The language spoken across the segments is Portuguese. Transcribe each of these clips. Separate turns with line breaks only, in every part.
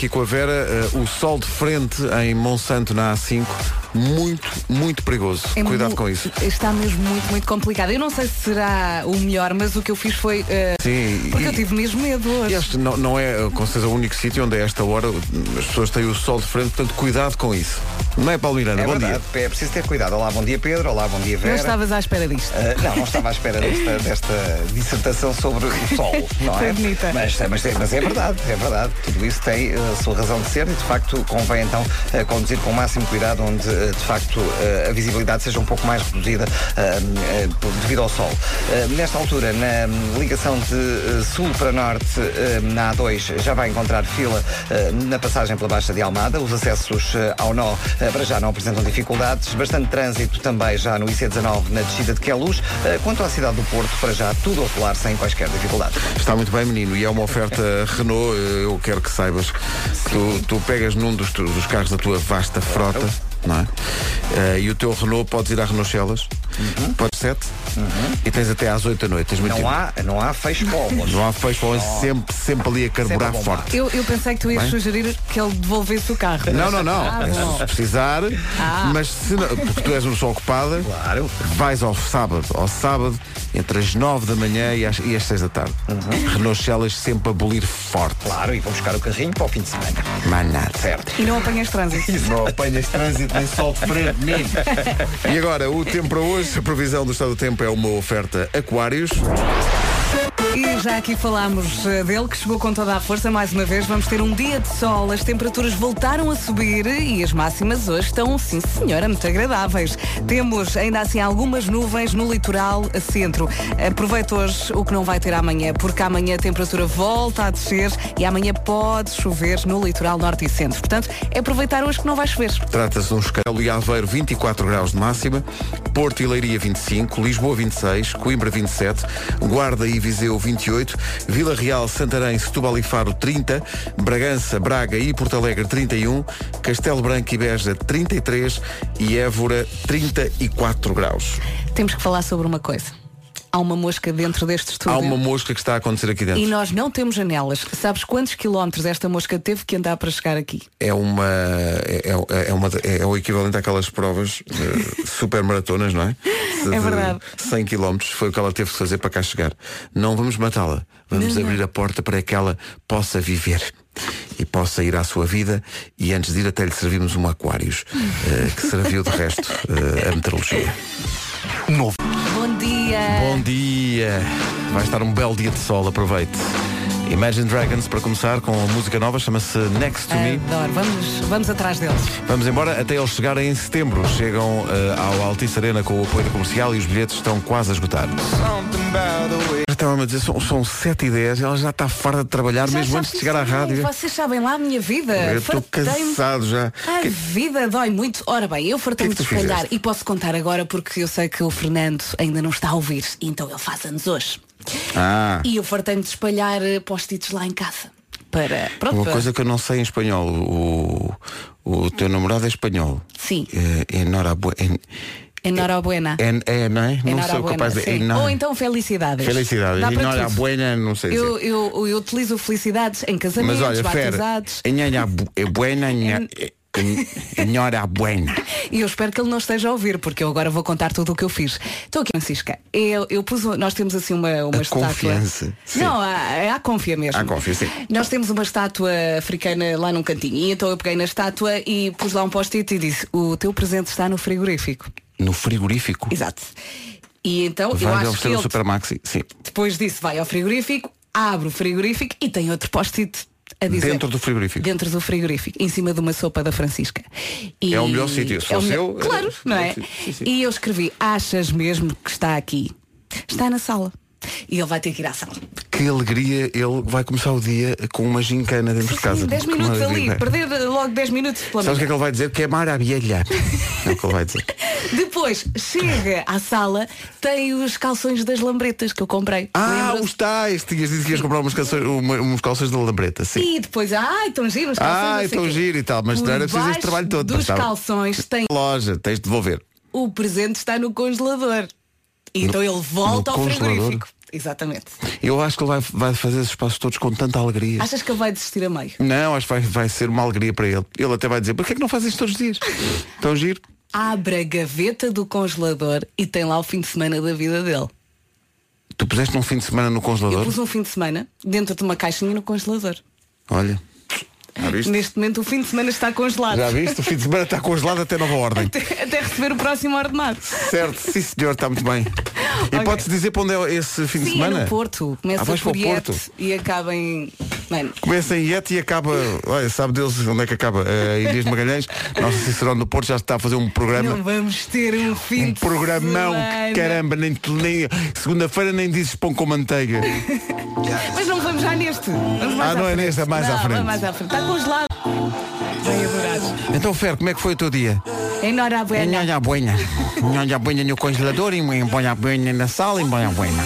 aqui com a Vera, eh, o sol de frente em Monsanto na A5, muito, muito perigoso.
É
Cuidado
mu-
com isso.
Está mesmo muito, muito complicado. Eu não sei se será o melhor, mas o que eu fiz foi. eh,
Sim,
porque
e-
eu tive mesmo medo hoje.
E este não, não é, com certeza, o único sítio onde a esta hora as pessoas têm o sol de frente, portanto, cuidado com isso. Não é, Paulo Miranda?
É
Bom
verdade,
dia.
é preciso ter cuidado. Olá, bom dia Pedro, olá, bom dia
Não
Vera.
estavas à espera disto.
Ah, não, não estava à espera desta, desta dissertação sobre o sol, não
Foi
é?
bonita.
Mas, mas é- mas é verdade, é verdade. Tudo isso tem eh, a sua razão de ser e, de facto, convém então ah, conduzir com o máximo cuidado onde, ah, de facto, ah, a visibilidade seja um pouco mais reduzida ah, ah, por- devido ao sol. Ah, nesta altura, na hum, ligação de ah, sul para norte, ah, na A2, já vai encontrar fila ah, na passagem pela Baixa de Almada. Os acessos ah, ao nó ah, para já não apresentam dificuldades. Bastante trânsito também já no IC19 na descida de Queluz. Ah, Quanto à cidade do Porto, para já tudo a rolar sem quaisquer dificuldades.
Está muito bem, menino, e é uma oferta Renault, eh, eu quero que saibas que tu, tu pegas num dos, tu- dos carros da tua vasta frota, não é? Eh, e o teu Renault podes ir à Renault Celas,
Uhum.
podes 7 e tens até às 8 da noite. Tens muito
Não
tempo.
há, não há fecho
não há fecho, ou é sempre, sempre ali a carburar
Sempre a bombar.
forte.
Eu, eu pensei que tu ias
Bem.
sugerir que ele devolvesse o carro.
Não, não, não.
Ah, bom.
se precisar,
Ah.
mas se não, porque tu és uma pessoa ocupada,
Claro.
vais ao sábado, ao sábado, entre as 9 da manhã e as, e as 6 da tarde. Renault Celas sempre a bolir forte.
Uhum. Claro, e vou buscar o carrinho para o fim de semana.
Mais nada.
Certo.
E não apanhas trânsito.
Não apanhas trânsito nem sol de frente, menino. E agora, o tempo para hoje, a previsão do estado do tempo é uma oferta Aquários.
E já aqui falámos eh, dele, que chegou com toda a força mais uma vez. Vamos ter um dia de sol, as temperaturas voltaram a subir e as máximas hoje estão, sim senhora, muito agradáveis. Temos ainda assim algumas nuvens no litoral a centro. Aproveito hoje o que não vai ter amanhã, porque amanhã a temperatura volta a descer e amanhã pode chover no litoral norte e centro. Portanto, é aproveitar hoje que não vai chover.
Trata-se de um escalo e Aveiro 24 graus de máxima, Porto e Leiria 25, Lisboa 26, Coimbra 27, Guarda e Viseu 28, Vila Real, Santarém, Setúbal e Faro 30, Bragança, Braga e Porto Alegre 31, Castelo Branco e Beja 33 e Évora 34 graus.
Temos que falar sobre uma coisa. Há uma mosca dentro deste estúdio.
Há uma mosca que está a acontecer aqui dentro.
E nós não temos janelas. Sabes quantos quilómetros esta mosca teve que andar para chegar aqui?
é uma é, é- é uma é o equivalente àquelas provas super maratonas, não é? Se- de
É verdade.
100 km foi o que ela teve que fazer para cá chegar. Não vamos matá-la, vamos
Não, não.
abrir a porta para que ela possa viver e possa ir à sua vida e antes de ir até lhe servimos um aquários eh, que serviu de resto eh, a meteorologia.
Bom dia!
Bom dia! Vai estar um belo dia de sol, aproveite. Imagine Dragons para começar com a música nova, chama-se Next to Me.
Adoro, vamos, vamos atrás deles.
Vamos embora até eles chegarem em setembro. Chegam eh, ao Altice Arena com o apoio da comercial e os bilhetes estão quase a esgotar. Estavam a dizer, são, são 7 e 10 ela já está farta de trabalhar mesmo
Já
antes de
sabes
chegar à
isso,
rádio.
Vocês sabem lá a minha vida.
Eu estou
Fartei-me.
cansado já.
A
Que-
vida dói muito. Ora bem, eu fartei-me
Que que
de
tu
espalhar
fizeste?
e posso contar agora porque eu sei que o Fernando ainda não está a ouvir, então ele faz anos hoje.
Ah,
E eu fartei-me de espalhar eh, post-its lá em casa. Para. Pronto,
uma
para-
coisa que eu não sei em espanhol. O, o teu namorado é espanhol.
Sim.
É, é Norabue-
Enhorabuena.
É, é, é, não é? Não sou
Enhorabuena,
capaz de.
sim.
é nor-
Ou então felicidades.
Felicidades.
Dá para tudo.
Enhorabuena, não sei é. dizer.
Eu, eu, eu utilizo felicidades em casamentos,
Mas olha, Fer,
batizados.
Nhanha bu- é buena, nha- é- Nhora buena.
E eu espero que ele não esteja a ouvir, porque eu agora vou contar tudo o que eu fiz. Estou aqui, Francisca. Eu, eu pus, um- nós temos assim uma, uma
A
estátua.
confiança, sim.
Não, há, há confia mesmo.
Há confia, sim.
Nós temos uma estátua africana lá num cantinho. E então eu peguei na estátua e pus lá um post-it e disse, o teu presente está no frigorífico.
No frigorífico.
Exato. E então eu
Vai
acho que
oferecer
ele
um supermaxi. Sim.
depois disso vai ao frigorífico, abre o frigorífico e tem outro post-it. A dizer,
Dentro do frigorífico.
Dentro do frigorífico, em cima de uma sopa da Francisca. E-
É o melhor sítio. Se
é o
fosse
melhor-
eu, é-
Claro, não é?
Sim, sim.
E eu escrevi, achas mesmo que está aqui? Está na sala. E ele vai ter que ir à sala.
Que alegria ele vai começar o dia com uma gincana dentro de casa.
Sim, 10
Que
minutos ali,
maravilha.
perder eh, logo 10 minutos pela
Sabes o que é
manhã.
que ele vai dizer? Que é maravilha. é o que ele vai dizer.
Depois chega à sala, tem os calções das lambretas que eu comprei.
Ah,
Lembra-se?
os tais. Tinhas dito que ias comprar umas calções, uma- uns calções da lambreta. Sim.
E depois, ai, tão giro os calções.
Ah,
não sei
então
quê.
giro e tal, mas
Por
não era preciso este
baixo
trabalho todo,
Dos
estava-
calções tem
Loja, tens de devolver.
o presente está no congelador. E então ele volta
no
ao
congelador?
frigorífico. Exatamente.
Eu acho que ele vai, vai fazer esses passos todos com tanta alegria.
Achas que ele vai desistir a meio?
Não, acho que vai, vai ser uma alegria para ele. Ele até vai dizer, porquê é que não faz isto todos os dias? Tão giro.
Abre a gaveta do congelador e tem lá o fim de semana da vida dele.
Tu puseste um fim de semana no
Eu
congelador?
pus um fim de semana dentro de uma caixinha no congelador.
Olha. Já viste?
Neste momento o fim de semana está congelado.
Já viste? O fim de semana está congelado até nova ordem.
Até, até receber o próximo ordenado.
Certo, sim senhor, está muito bem. E
Ok.
podes dizer para onde é esse fim de
Sim, é
semana?
no Porto.
Ah,
Começa
vais
por
para o Porto.
Iete e acaba em... Mano,
Começa em Iete e acaba, olha, sabe Deus onde é que acaba? Eh, em Dias de Magalhães, nosso Cicerone do Porto já está a fazer um programa.
não vamos ter um fim
Um
de
programão,
semana.
que caramba, nem, nem segunda-feira nem dizes pão com manteiga.
Mas não vamos já neste. Vamos mais
Ah,
à
não é
frente.
neste, é mais à
Não,
frente.
é mais à frente. Está congelado. Vai adorar.
Então, Fer, como é que foi o teu dia?
Enhorabuena.
Nhonha buena. Nhonha buena no congelador, e bonha buena na sala, e bonha buena.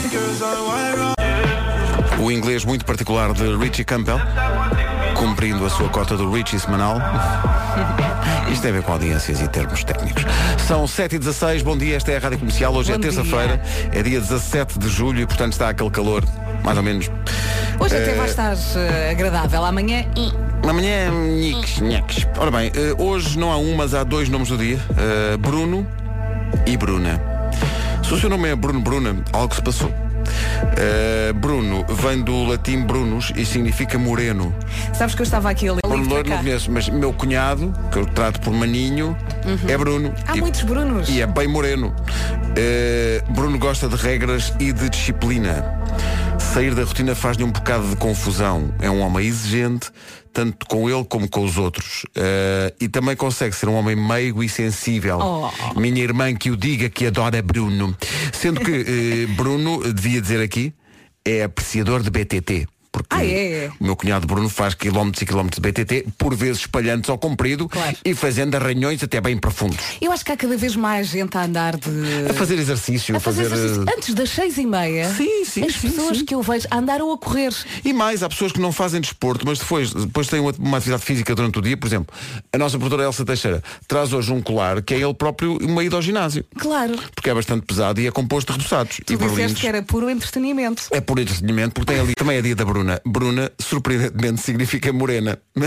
O inglês muito particular de Richie Campbell, cumprindo a sua cota do Richie semanal. Isto tem a ver com audiências e termos técnicos. São 7h16, bom dia, esta é a Rádio Comercial. Hoje é
Bom dia.
terça-feira, é dia 17 de julho e, portanto, está aquele calor, mais ou menos.
Hoje até vai estar eh, agradável. Amanhã. eh,
Amanhã, nheques, nheques. Ora bem, eh, hoje não há um, mas há dois nomes do dia. Eh, Bruno e Bruna. Se o seu nome é Bruno Bruna, algo se passou. Eh, Bruno vem do latim brunus e significa moreno.
Sabes que eu estava aqui a ler. um
Bruno
livro para
Louro não
cá.
conheço, mas meu cunhado, que eu trato por maninho, é Bruno.
Uhum. Há
E-
muitos Brunos.
e é bem moreno. Eh, Bruno gosta de regras e de disciplina. Sair da rotina faz-lhe um bocado de confusão. É um homem exigente, tanto com ele como com os outros. Eh, e também consegue ser um homem meigo e sensível.
Oh.
Minha irmã que o diga que adora Bruno. Sendo que eh, Bruno, devia dizer aqui, é apreciador de BTT. Porque
Ah, é?
o meu cunhado Bruno faz quilómetros e quilómetros de BTT, por vezes espalhando-se ao comprido
Claro.
e fazendo arranhões até bem profundos.
Eu acho que há cada vez mais gente a andar de.
Eh, A fazer exercício,
A fazer exercício.
eh,
Antes das seis e meia,
Sim, sim,
as
sim,
pessoas
sim.
que eu vejo andaram a correr.
E mais, há pessoas que não fazem desporto, mas depois, depois têm uma, uma atividade física durante o dia. Por exemplo, a nossa produtora Elsa Teixeira traz hoje um colar que é ele próprio uma ida ao ginásio.
Claro.
Porque é bastante pesado e é composto de repousados e
Tu disseste
berlindes.
que era puro entretenimento.
É por entretenimento, porque tem ali também é dia da Bruna. Bruna, surpreendentemente, significa morena.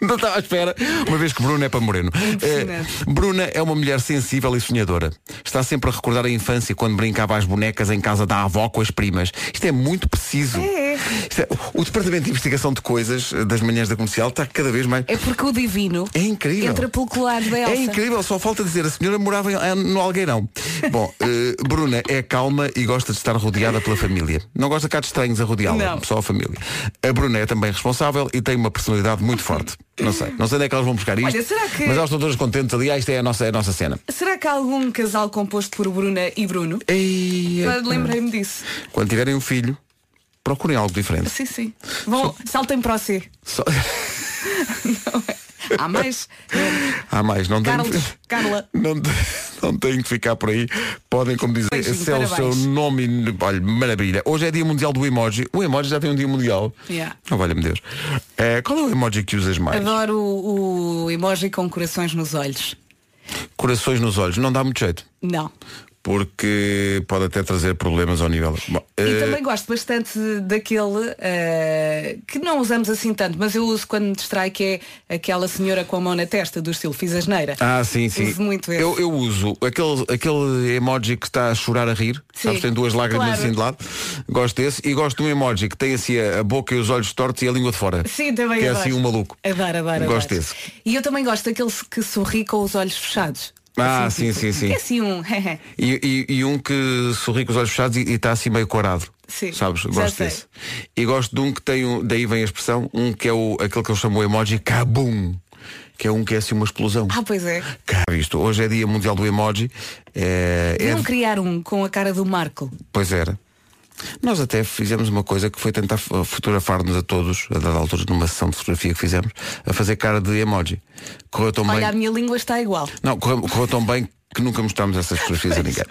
Não estava à espera, uma vez que Bruna é para Moreno.
Impressionante.
Eh, Bruna é uma mulher sensível e sonhadora. Está sempre a recordar a infância quando brincava às bonecas em casa da avó com as primas. Isto é muito preciso.
É.
Isto é- o Departamento de Investigação de Coisas eh, das manhãs da comercial está cada vez mais.
É porque o divino
É incrível.
entra pelo colar da Elsa.
É incrível, só falta dizer, a senhora morava em- eh, no Algueirão. Bom, eh, Bruna é calma e gosta de estar rodeada pela família. Não gosta cá de estranhos a rodeá-la,
Não.
só a família. A Bruna é também responsável e tem uma personalidade muito forte. Não sei, não sei onde é que elas vão buscar isto.
Uhum. Olha, será que-
Mas elas estão todas contentes ali, ah, isto é a nossa, é a nossa cena.
Será que há algum casal composto por Bruna e Bruno?
Ei,
Mas Lembrei-me disso.
Quando tiverem um filho, procurem algo diferente.
Sim, sim. Vão, saltem para o C.
Só-
Há mais?
Há mais, não tenho.
Carlos, Carla.
Não, te- não tenho que ficar por aí. Podem, como dizer,
Beijinho,
esse é o seu
parabéns.
nome. Olha, maravilha. Hoje é dia mundial do emoji. O emoji já tem um dia mundial.
Yeah.
Oh, valha-me Deus. Eh, qual é o emoji que usas mais?
Adoro o, o emoji com corações nos olhos.
Corações nos olhos. Não dá muito jeito.
Não.
Porque pode até trazer problemas ao nível. Bom,
E
eh,
também gosto bastante daquele eh, que não usamos assim tanto, mas eu uso quando me distrai, que é aquela senhora com a mão na testa, do estilo fiz asneira.
Ah, sim, sim.
Uso muito esse.
eu, eu uso aquele, aquele emoji que está a chorar a rir,
Sim.
sabes, tem duas lágrimas
Claro.
assim de lado. Gosto desse. E gosto de um emoji que tem assim a, a boca e os olhos tortos e a língua de fora.
Sim, também
Que é
adoro.
assim um maluco.
Adoro, adoro.
Gosto
adoro.
desse.
E eu também gosto daquele que sorri com os olhos fechados.
Ah,
Assim,
sim, sim,
tipo,
sim.
É assim um.
E, e- e um que sorri com os olhos fechados e está assim meio corado.
Sim,
Sabes?
já
Gosto
sei.
desse. E gosto de um que tem um, daí vem a expressão, um que é o, aquele que eu chamo o emoji cabum. Que é um que é assim uma explosão.
ah, pois é.
Cá, visto. Hoje é dia mundial do emoji. É, é-
Deviam criar um com a cara do Marco.
pois era. Nós até fizemos uma coisa que foi tentar f- fotografar-nos a todos, a dada altura, numa sessão de fotografia que fizemos, a fazer cara de emoji. Correu tão bem.
Olha, a minha língua está igual.
Não, correu, correu tão bem que nunca mostramos essas fotografias a ninguém.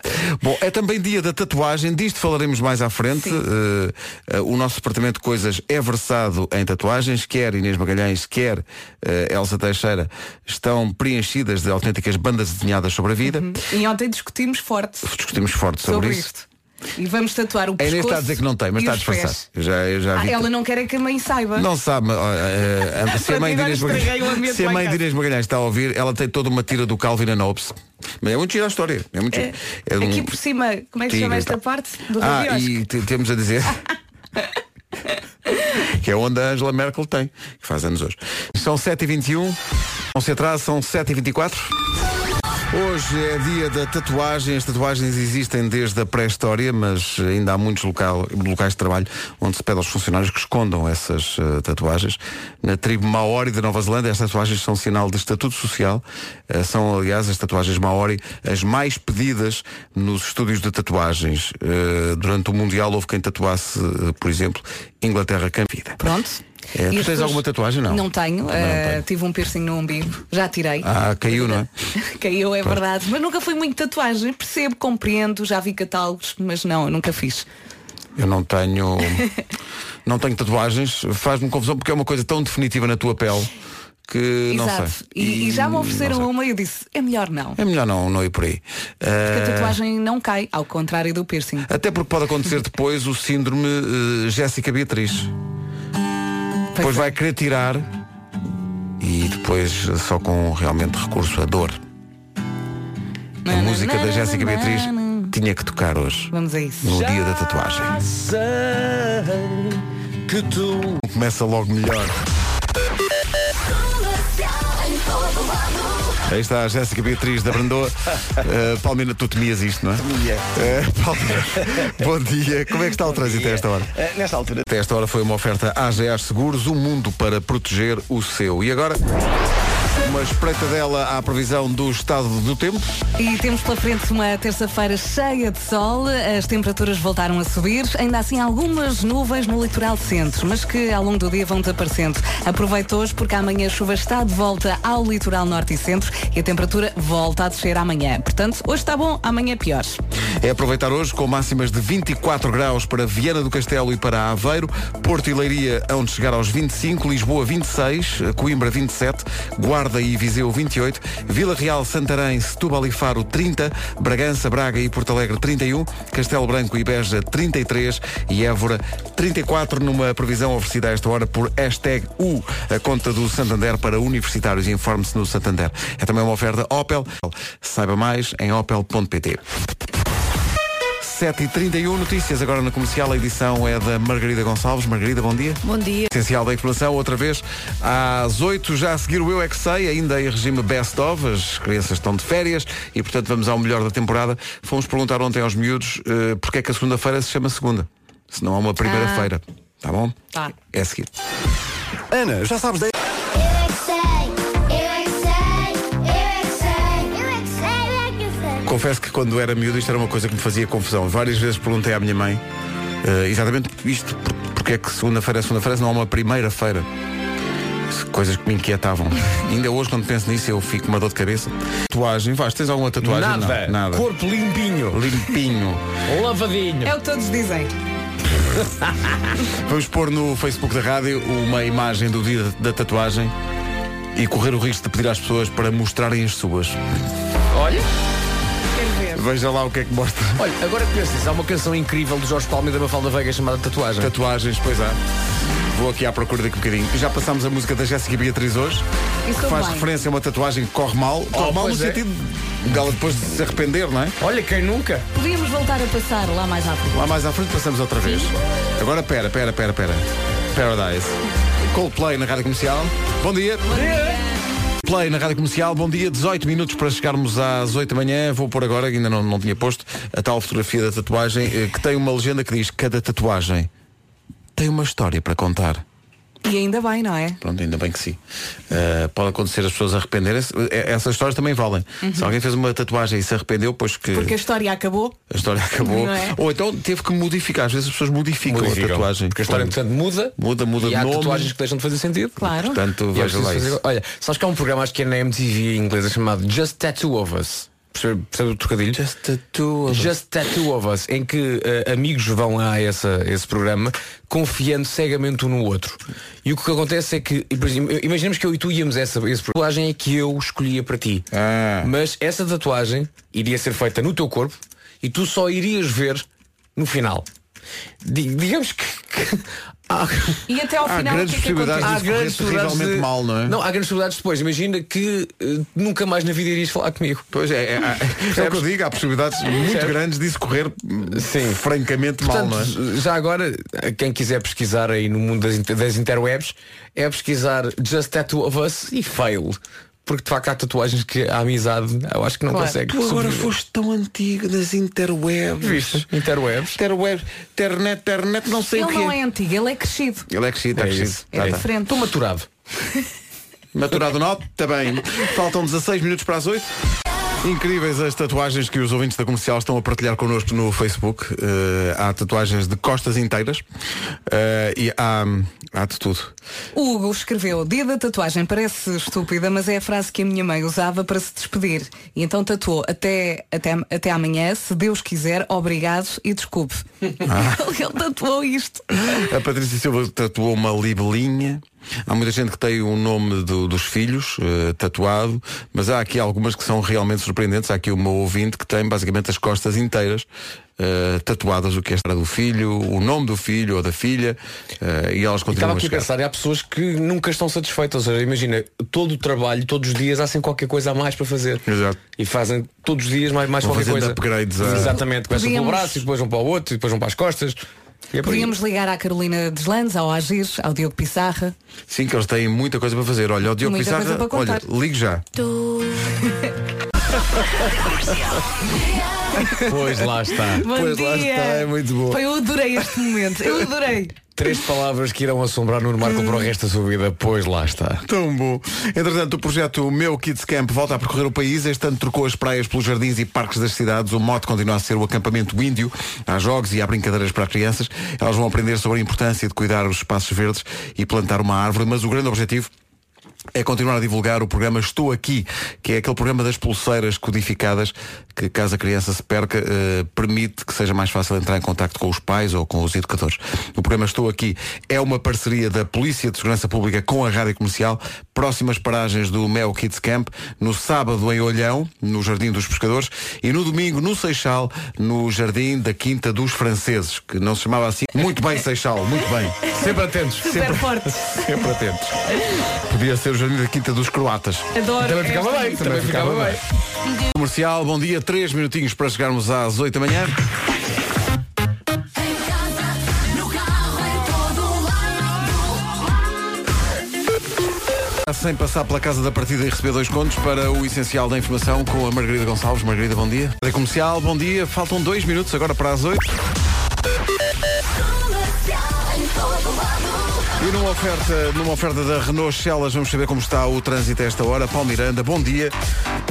Bom, é também dia da tatuagem, disto falaremos mais à frente. Eh, eh, o nosso departamento de coisas é versado em tatuagens, quer Inês Magalhães, quer eh, Elsa Teixeira, estão preenchidas de autênticas bandas desenhadas sobre a vida.
E ontem discutimos forte
Discutimos forte sobre,
Uhum. sobre
isso.
isto. E vamos tatuar o
A
pescoço
Inês está a dizer que não tem, mas
e
está
os
disfarçado.
pés.
Eu Já, eu já
Ah,
vi.
ela não quer é que a mãe saiba.
Não sabe, mas, ó, eh, eh, se a mãe de
Agora
Inês
estraguei o
Magalhães,
ambiente
se a
lá em
mãe de
casa.
Inês Magalhães está a ouvir, ela tem toda uma tira do Calvin and Hobbes. Mas é muito gira a história. É muito gira. É um
Aqui por cima, como é que se
tigre
chama
e
esta
tal.
parte? Do
Ah,
rabiosco?
e te- temos a dizer. que é onde a Angela Merkel tem, que faz anos hoje. São 7h21, não se atrasa, são 7h24. Hoje é dia da tatuagem. As tatuagens existem desde a pré-história, mas ainda há muitos local- locais de trabalho onde se pede aos funcionários que escondam essas eh, tatuagens. Na tribo Maori da Nova Zelândia, as tatuagens são sinal de estatuto social. Eh, são, aliás, as tatuagens Maori as mais pedidas nos estúdios de tatuagens. Eh, durante o Mundial houve quem tatuasse, eh, por exemplo, Inglaterra Campida.
Pronto.
É, tu
E as
tens alguma tatuagem, não?
Não tenho.
Também não
eh,
tenho.
Tive um piercing no umbigo. Já tirei.
Ah, caiu, não é?
Caiu, é verdade. Mas nunca fui muito tatuagem. Percebo, compreendo, já vi catálogos, mas não, nunca fiz.
Eu não tenho. não tenho tatuagens. Faz-me confusão porque é uma coisa tão definitiva na tua pele que não
Exato.
sei.
E, e já me
não sei.
ofereceram uma e eu disse, é melhor não.
É melhor não, não ir por aí.
Porque
Eh,
a tatuagem não cai, ao contrário do piercing.
Ah, até porque pode acontecer depois o síndrome eh, Jéssica Beatriz.
é.
Depois vai querer tirar e depois eh, só com realmente recurso à dor. A
Na, na,
música
na,
da
na,
Jéssica
na,
Beatriz
na.
tinha que tocar hoje,
Vamos a isso.
no dia da tatuagem. Começa logo melhor. Aí está a Jéssica Beatriz da Brandoa. Uh, Palmeira, tu temias isto, não é?
Temia.
Uh, Palmeira, bom dia. Como é que está o trânsito a esta hora?
Eh, nesta altura.
Até esta hora foi uma oferta AGA Seguros, o mundo para proteger o seu. E agora, uma espreita dela à previsão do estado do tempo.
E temos pela frente uma terça-feira cheia de sol, as temperaturas voltaram a subir, ainda assim algumas nuvens no litoral centro, mas que ao longo do dia vão desaparecendo. Aproveito hoje porque amanhã a chuva está de volta ao litoral norte e centro e a temperatura volta a descer amanhã. Portanto, hoje está bom, amanhã pior.
É aproveitar hoje com máximas de 24 graus para Viana do Castelo e para Aveiro, Porto e Leiria onde chegar aos 25, Lisboa 26, Coimbra 27, Guarda e Viseu 28, Vila Real, Santarém, Setúbal e Faro 30, Bragança, Braga e Porto Alegre 31, Castelo Branco e Beja 33 e Évora 34 numa previsão oferecida a esta hora por hashtag U, a conta do Santander para universitários. Informe-se no Santander. É também uma oferta Opel. Saiba mais em opel.pt. 7h31, notícias agora na comercial. A edição é da Margarida Gonçalves. Margarida, bom dia.
Bom dia.
Essencial da informação, outra vez às 8 já a seguir o Eu É Que Sei, ainda em regime best of, as crianças estão de férias e portanto vamos ao melhor da temporada. Fomos perguntar ontem aos miúdos eh, porque é que a segunda-feira se chama segunda, se não há uma
Ah.
primeira-feira. Tá bom?
Tá.
É a seguir. Ana, já sabes daí.
Eu é que sei, eu é que sei, eu é que sei, eu é que sei, eu é que sei.
Confesso que quando era miúdo isto era uma coisa que me fazia confusão. Várias vezes perguntei à minha mãe eh, exatamente isto, por- porque é que segunda-feira é segunda-feira, se não há uma primeira-feira. Se- Coisas que me inquietavam. E ainda hoje, quando penso nisso, eu fico com uma dor de cabeça. Tatuagem, vais, tens alguma tatuagem?
Nada.
Não, nada.
Corpo limpinho.
Limpinho.
Lavadinho.
É o que todos dizem.
Vamos pôr no Facebook da rádio uma imagem do dia da tatuagem e correr o risco de pedir às pessoas para mostrarem as suas.
Olha.
Quero ver.
Veja lá o que é que mostra.
Olha, agora que pensas, há uma canção incrível do Jorge Palmeira da Mafalda Veiga chamada
É.
Tatuagem.
Tatuagens, pois há. Vou aqui à procura daqui um bocadinho. Já passámos a música da Jéssica Beatriz hoje,
E
que
sou
faz
bem.
referência a uma tatuagem que corre mal. corre mal no
pois é.
sentido dela depois de se arrepender, não é?
Olha, quem nunca?
Podíamos voltar a passar lá mais à frente.
Lá mais à frente passamos outra vez. Agora, pera, pera, pera, pera. Paradise. Coldplay na rádio comercial. Bom dia. Play na Rádio Comercial, bom dia, 18 minutos para chegarmos às 8 da manhã, vou pôr agora, ainda não, não tinha posto, a tal fotografia da tatuagem, eh, que tem uma legenda que diz cada tatuagem tem uma história para contar.
E ainda bem, não é?
Pronto, ainda bem que sim. Uh, pode acontecer as pessoas arrependerem-se. Eh, Essas histórias também valem. Se alguém fez uma tatuagem e se arrependeu, pois que
Porque a história acabou.
a história acabou.
Não é?
Ou então teve que modificar. Às vezes as pessoas modificam, a tatuagem.
Porque a história, é portanto, muda.
Muda, muda
e
de
há
nome.
tatuagens que deixam de fazer sentido.
Claro.
Portanto,
E
veja
é preciso
lá
fazer-
isso.
Olha, sabes que há um programa, acho que é na MTV inglesa, é chamado Just Tattoo of Us. Percebe, percebe o trocadilho?
Just tattoo.
Just Tattoo of Us, em que eh, amigos vão a essa, esse programa confiando cegamente um no outro. E o que acontece é que, por exemplo, imaginemos que eu e tu íamos a essa, essa tatuagem é que eu escolhia para ti.
Ah.
Mas essa tatuagem iria ser feita no teu corpo e tu só irias ver no final. Di- digamos que. que há-
E até ao
Há
final o
grandes
que é que
possibilidades
acontece?
Mas isso correu terrivelmente mal, não é?
Não, há grandes possibilidades depois. Imagina que eh, nunca mais na vida irias falar comigo.
Pois é, é,
ah,
é, o que eu digo, há possibilidades muito grandes disso correr hum,
Sim.
francamente
Portanto,
mal, não é?
já agora, eh, quem quiser pesquisar aí no mundo das, inter- das interwebs, é pesquisar Just Tattoo of Us e fail. Porque de facto há tatuagens que a amizade eu acho que não
Claro.
consegue.
Tu agora
sobreviver.
foste tão antigo das interwebs.
Viste? Interwebs.
Interwebs, internet, internet, não sei o
Ele
quê.
não é antigo, ele é crescido.
Ele é crescido, está
É
crescido.
isso.
É
Tá, tá.
diferente.
Estou maturado.
Maturado não? Está bem. Faltam 16 minutos para as 8. Incríveis as tatuagens que os ouvintes da comercial estão a partilhar connosco no Facebook. Eh, há tatuagens de costas inteiras Eh, e há, há de tudo.
O Hugo escreveu, dia da tatuagem parece estúpida, mas é a frase que a minha mãe usava para se despedir. E então tatuou até, até, até amanhã, se Deus quiser, obrigado e desculpe.
Ah.
Ele tatuou isto.
A Patrícia Silva tatuou uma libelinha. Há muita gente que tem o nome do- dos filhos eh, tatuado, mas há aqui algumas que são realmente surpreendentes. Há aqui uma ouvinte que tem basicamente as costas inteiras eh, tatuadas, o que é a história do filho, o nome do filho ou da filha, eh, e elas continuam
Estava
a
aqui a
chegar.
pensar, e há pessoas que nunca estão satisfeitas. Ou seja, imagina, todo o trabalho, todos os dias, há sempre qualquer coisa a mais para fazer.
Exato.
E fazem todos os dias mais, mais
Vão
qualquer
fazendo
coisa.
upgrades a-
Exatamente. Começam pelo
Podíamos-
braço, e depois vão para o outro, e depois vão para as costas. E é por aí.
Podíamos ligar à Carolina Deslandes, ao Agir, ao Diogo Pissarra.
Sim, que eles têm muita coisa para fazer. Olha, o Diogo
Muita
Pissarra,
coisa para
olha,
contar.
ligue já.
Pois lá está.
Bom
Pois lá
dia.
está, é muito bom.
Foi, eu adorei este momento, eu adorei.
Três palavras que irão assombrar Nuno Marco para o resto da sua vida, pois lá está.
Tão bom. Entretanto, o projeto Meu Kids Camp volta a percorrer o país. Este ano trocou as praias pelos jardins e parques das cidades. O mote continua a ser o acampamento índio. Há jogos e há brincadeiras para crianças. Elas vão aprender sobre a importância de cuidar os espaços verdes e plantar uma árvore. Mas o grande objetivo é continuar a divulgar o programa Estou Aqui, que é aquele programa das pulseiras codificadas que, caso a criança se perca, eh, permite que seja mais fácil entrar em contacto com os pais ou com os educadores. O programa Estou Aqui é uma parceria da Polícia de Segurança Pública com a Rádio Comercial, próximas paragens do Mel Kids Camp, no sábado em Olhão, no Jardim dos Pescadores, e no domingo no Seixal, no Jardim da Quinta dos Franceses, que não se chamava assim. Muito bem, Seixal, muito bem.
Sempre atentos.
Super forte.
Sempre atentos.
Podia ser o Jardim da Quinta dos Croatas.
Adoro.
Também
esta
ficava bem,
música.
também ficava bem.
Comercial, bom dia, três minutinhos para chegarmos às 8 da manhã. Sem passar pela casa da partida e receber dois contos para o essencial da informação com a Margarida Gonçalves. Margarida, bom dia. Rádio Comercial, bom dia. Faltam dois minutos agora para as 8. E numa oferta, numa oferta da Renault Celas, vamos saber como está o trânsito a esta hora. Paulo Miranda, bom dia.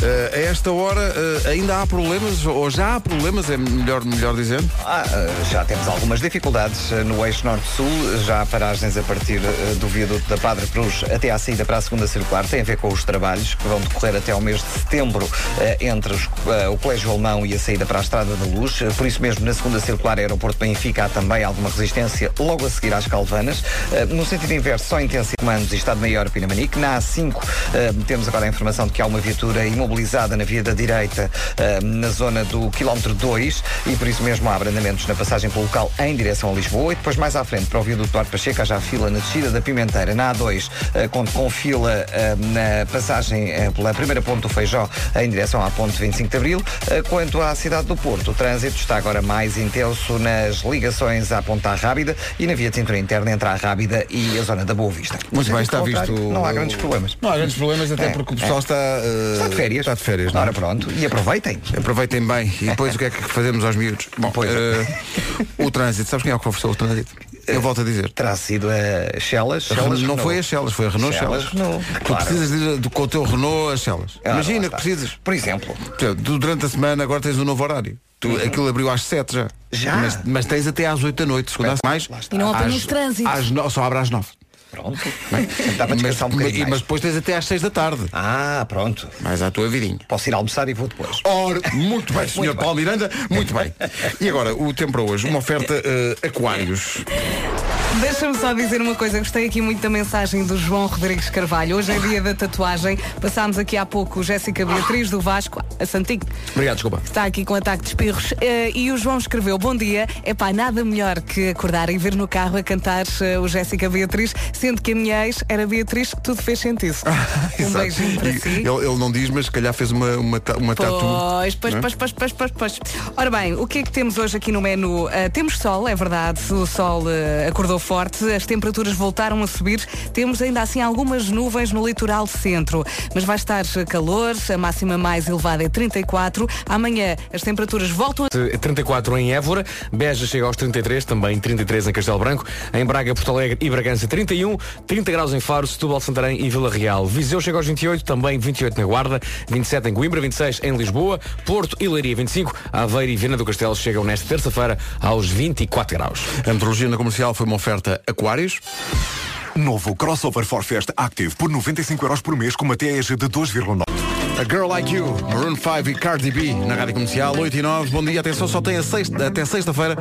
Eh, a esta hora eh, ainda há problemas, ou já há problemas, é melhor, melhor dizendo.
Ah, eh, já temos algumas dificuldades eh, no eixo norte-sul, já há paragens a partir eh, do viaduto da Padre Cruz até à saída para a segunda circular, tem a ver com os trabalhos que vão decorrer até ao mês de setembro eh, entre os- eh, o Colégio Alemão e a saída para a Estrada da Luz, Eh, por isso mesmo na segunda circular aeroporto Benfica há também alguma resistência logo a seguir às Calvanas, Eh, no sentido inverso só intensidade Comandos e Estado Maior Pinamanique, na A5 eh, temos agora a informação de que há uma viatura imobilizada na via da direita eh, na zona do quilómetro 2 e por isso mesmo há abrandamentos na passagem pelo local em direção a Lisboa e depois mais à frente para o viaduto do Pacheco há já fila na descida da Pimenteira na A2 eh, com, com fila eh, na passagem eh, pela primeira ponte do Feijó em direção à ponte 25 de Abril Eh, quanto à cidade do Porto o trânsito está agora mais intenso nas ligações à Ponta Rábida e na via de cintura interna entre a Rábida e a zona da Boa Vista é
Muito bem,
Ao
está visto.
contrário, Não há grandes problemas.
Não há grandes problemas, até
É,
porque o
é.
pessoal está, eh,
Está de férias.
Está de férias, não é?
Ora, pronto. E aproveitem.
Aproveitem bem. E depois o que é que fazemos aos miúdos? Bom,
Pois. é.
eh, o trânsito. Sabes quem é que conversou o trânsito? Eu volto a dizer.
Terá sido a Chelas. É. Chelas
não
Renault.
foi as Celas, foi a Renault
Celas
Celas.
Renault,
Tu
claro.
precisas de ir do- com o teu Renault a Celas.
Ah, lá
Imagina que
está.
precisas.
Por exemplo.
Portanto, tu durante a semana agora tens um novo horário. Tu, Aquilo abriu às 7 já.
Uhum. Já?
Mas, mas tens até às 8 da noite, segunda a mais.
E não apanhas
Às-
trânsito.
às no- Só abre às 9.
Pronto. Dá para
Mas,
descansar um bocadinho
e-
mais.
mas depois tens até às 6 da tarde.
Ah, pronto.
Mais à tua vidinha.
Posso ir almoçar e vou depois.
Ora, muito bem, Sr.
bem.
Paulo Miranda, muito bem. E agora, o tempo para hoje, uma oferta eh, aquários.
Deixa-me só dizer uma coisa, gostei aqui muito da mensagem do João Rodrigues Carvalho. Hoje é dia da tatuagem. Passámos aqui há pouco Jéssica Beatriz do Vasco, a Santinho,
Obrigado, desculpa.
que está aqui com ataque de espirros. Eh, e o João escreveu, bom dia, é pá, nada melhor que acordar e ver no carro a cantar eh, o Jéssica Beatriz, sendo que a minha ex era Beatriz, que tudo fez sentido. um
Exato.
beijinho para
E-
si.
Ele, ele não diz, mas se calhar fez uma, uma, ta- uma tatu.
Pois, pois,
não é?
pois, pois, pois, pois, pois. Ora bem, o que é que temos hoje aqui no menu? Ah, temos sol, é verdade, o sol ah, acordou forte, as temperaturas voltaram a subir, temos ainda assim algumas nuvens no litoral centro, mas vai estar calor, a máxima mais elevada é 34, amanhã as temperaturas voltam a...
34 em Évora, Beja chega aos 33, também 33 em Castelo Branco, em Braga, Porto Alegre e Bragança 31, 30 graus em Faro, Setúbal, Santarém e Vila Real. Viseu chega aos 28, também 28 na Guarda, 27 em Coimbra, 26 em Lisboa, Porto e Leiria 25, Aveiro e Viana do Castelo chegam nesta terça-feira aos 24 graus.
A meteorologia na comercial foi uma oferta Aquários.
Novo Crossover for Fest Active por 95 euros por mês com uma TEG de 2,9.
A Girl Like You, Maroon 5 e Cardi B na rádio comercial 8 e 9. Bom dia, atenção, só tem a sexta, até sexta-feira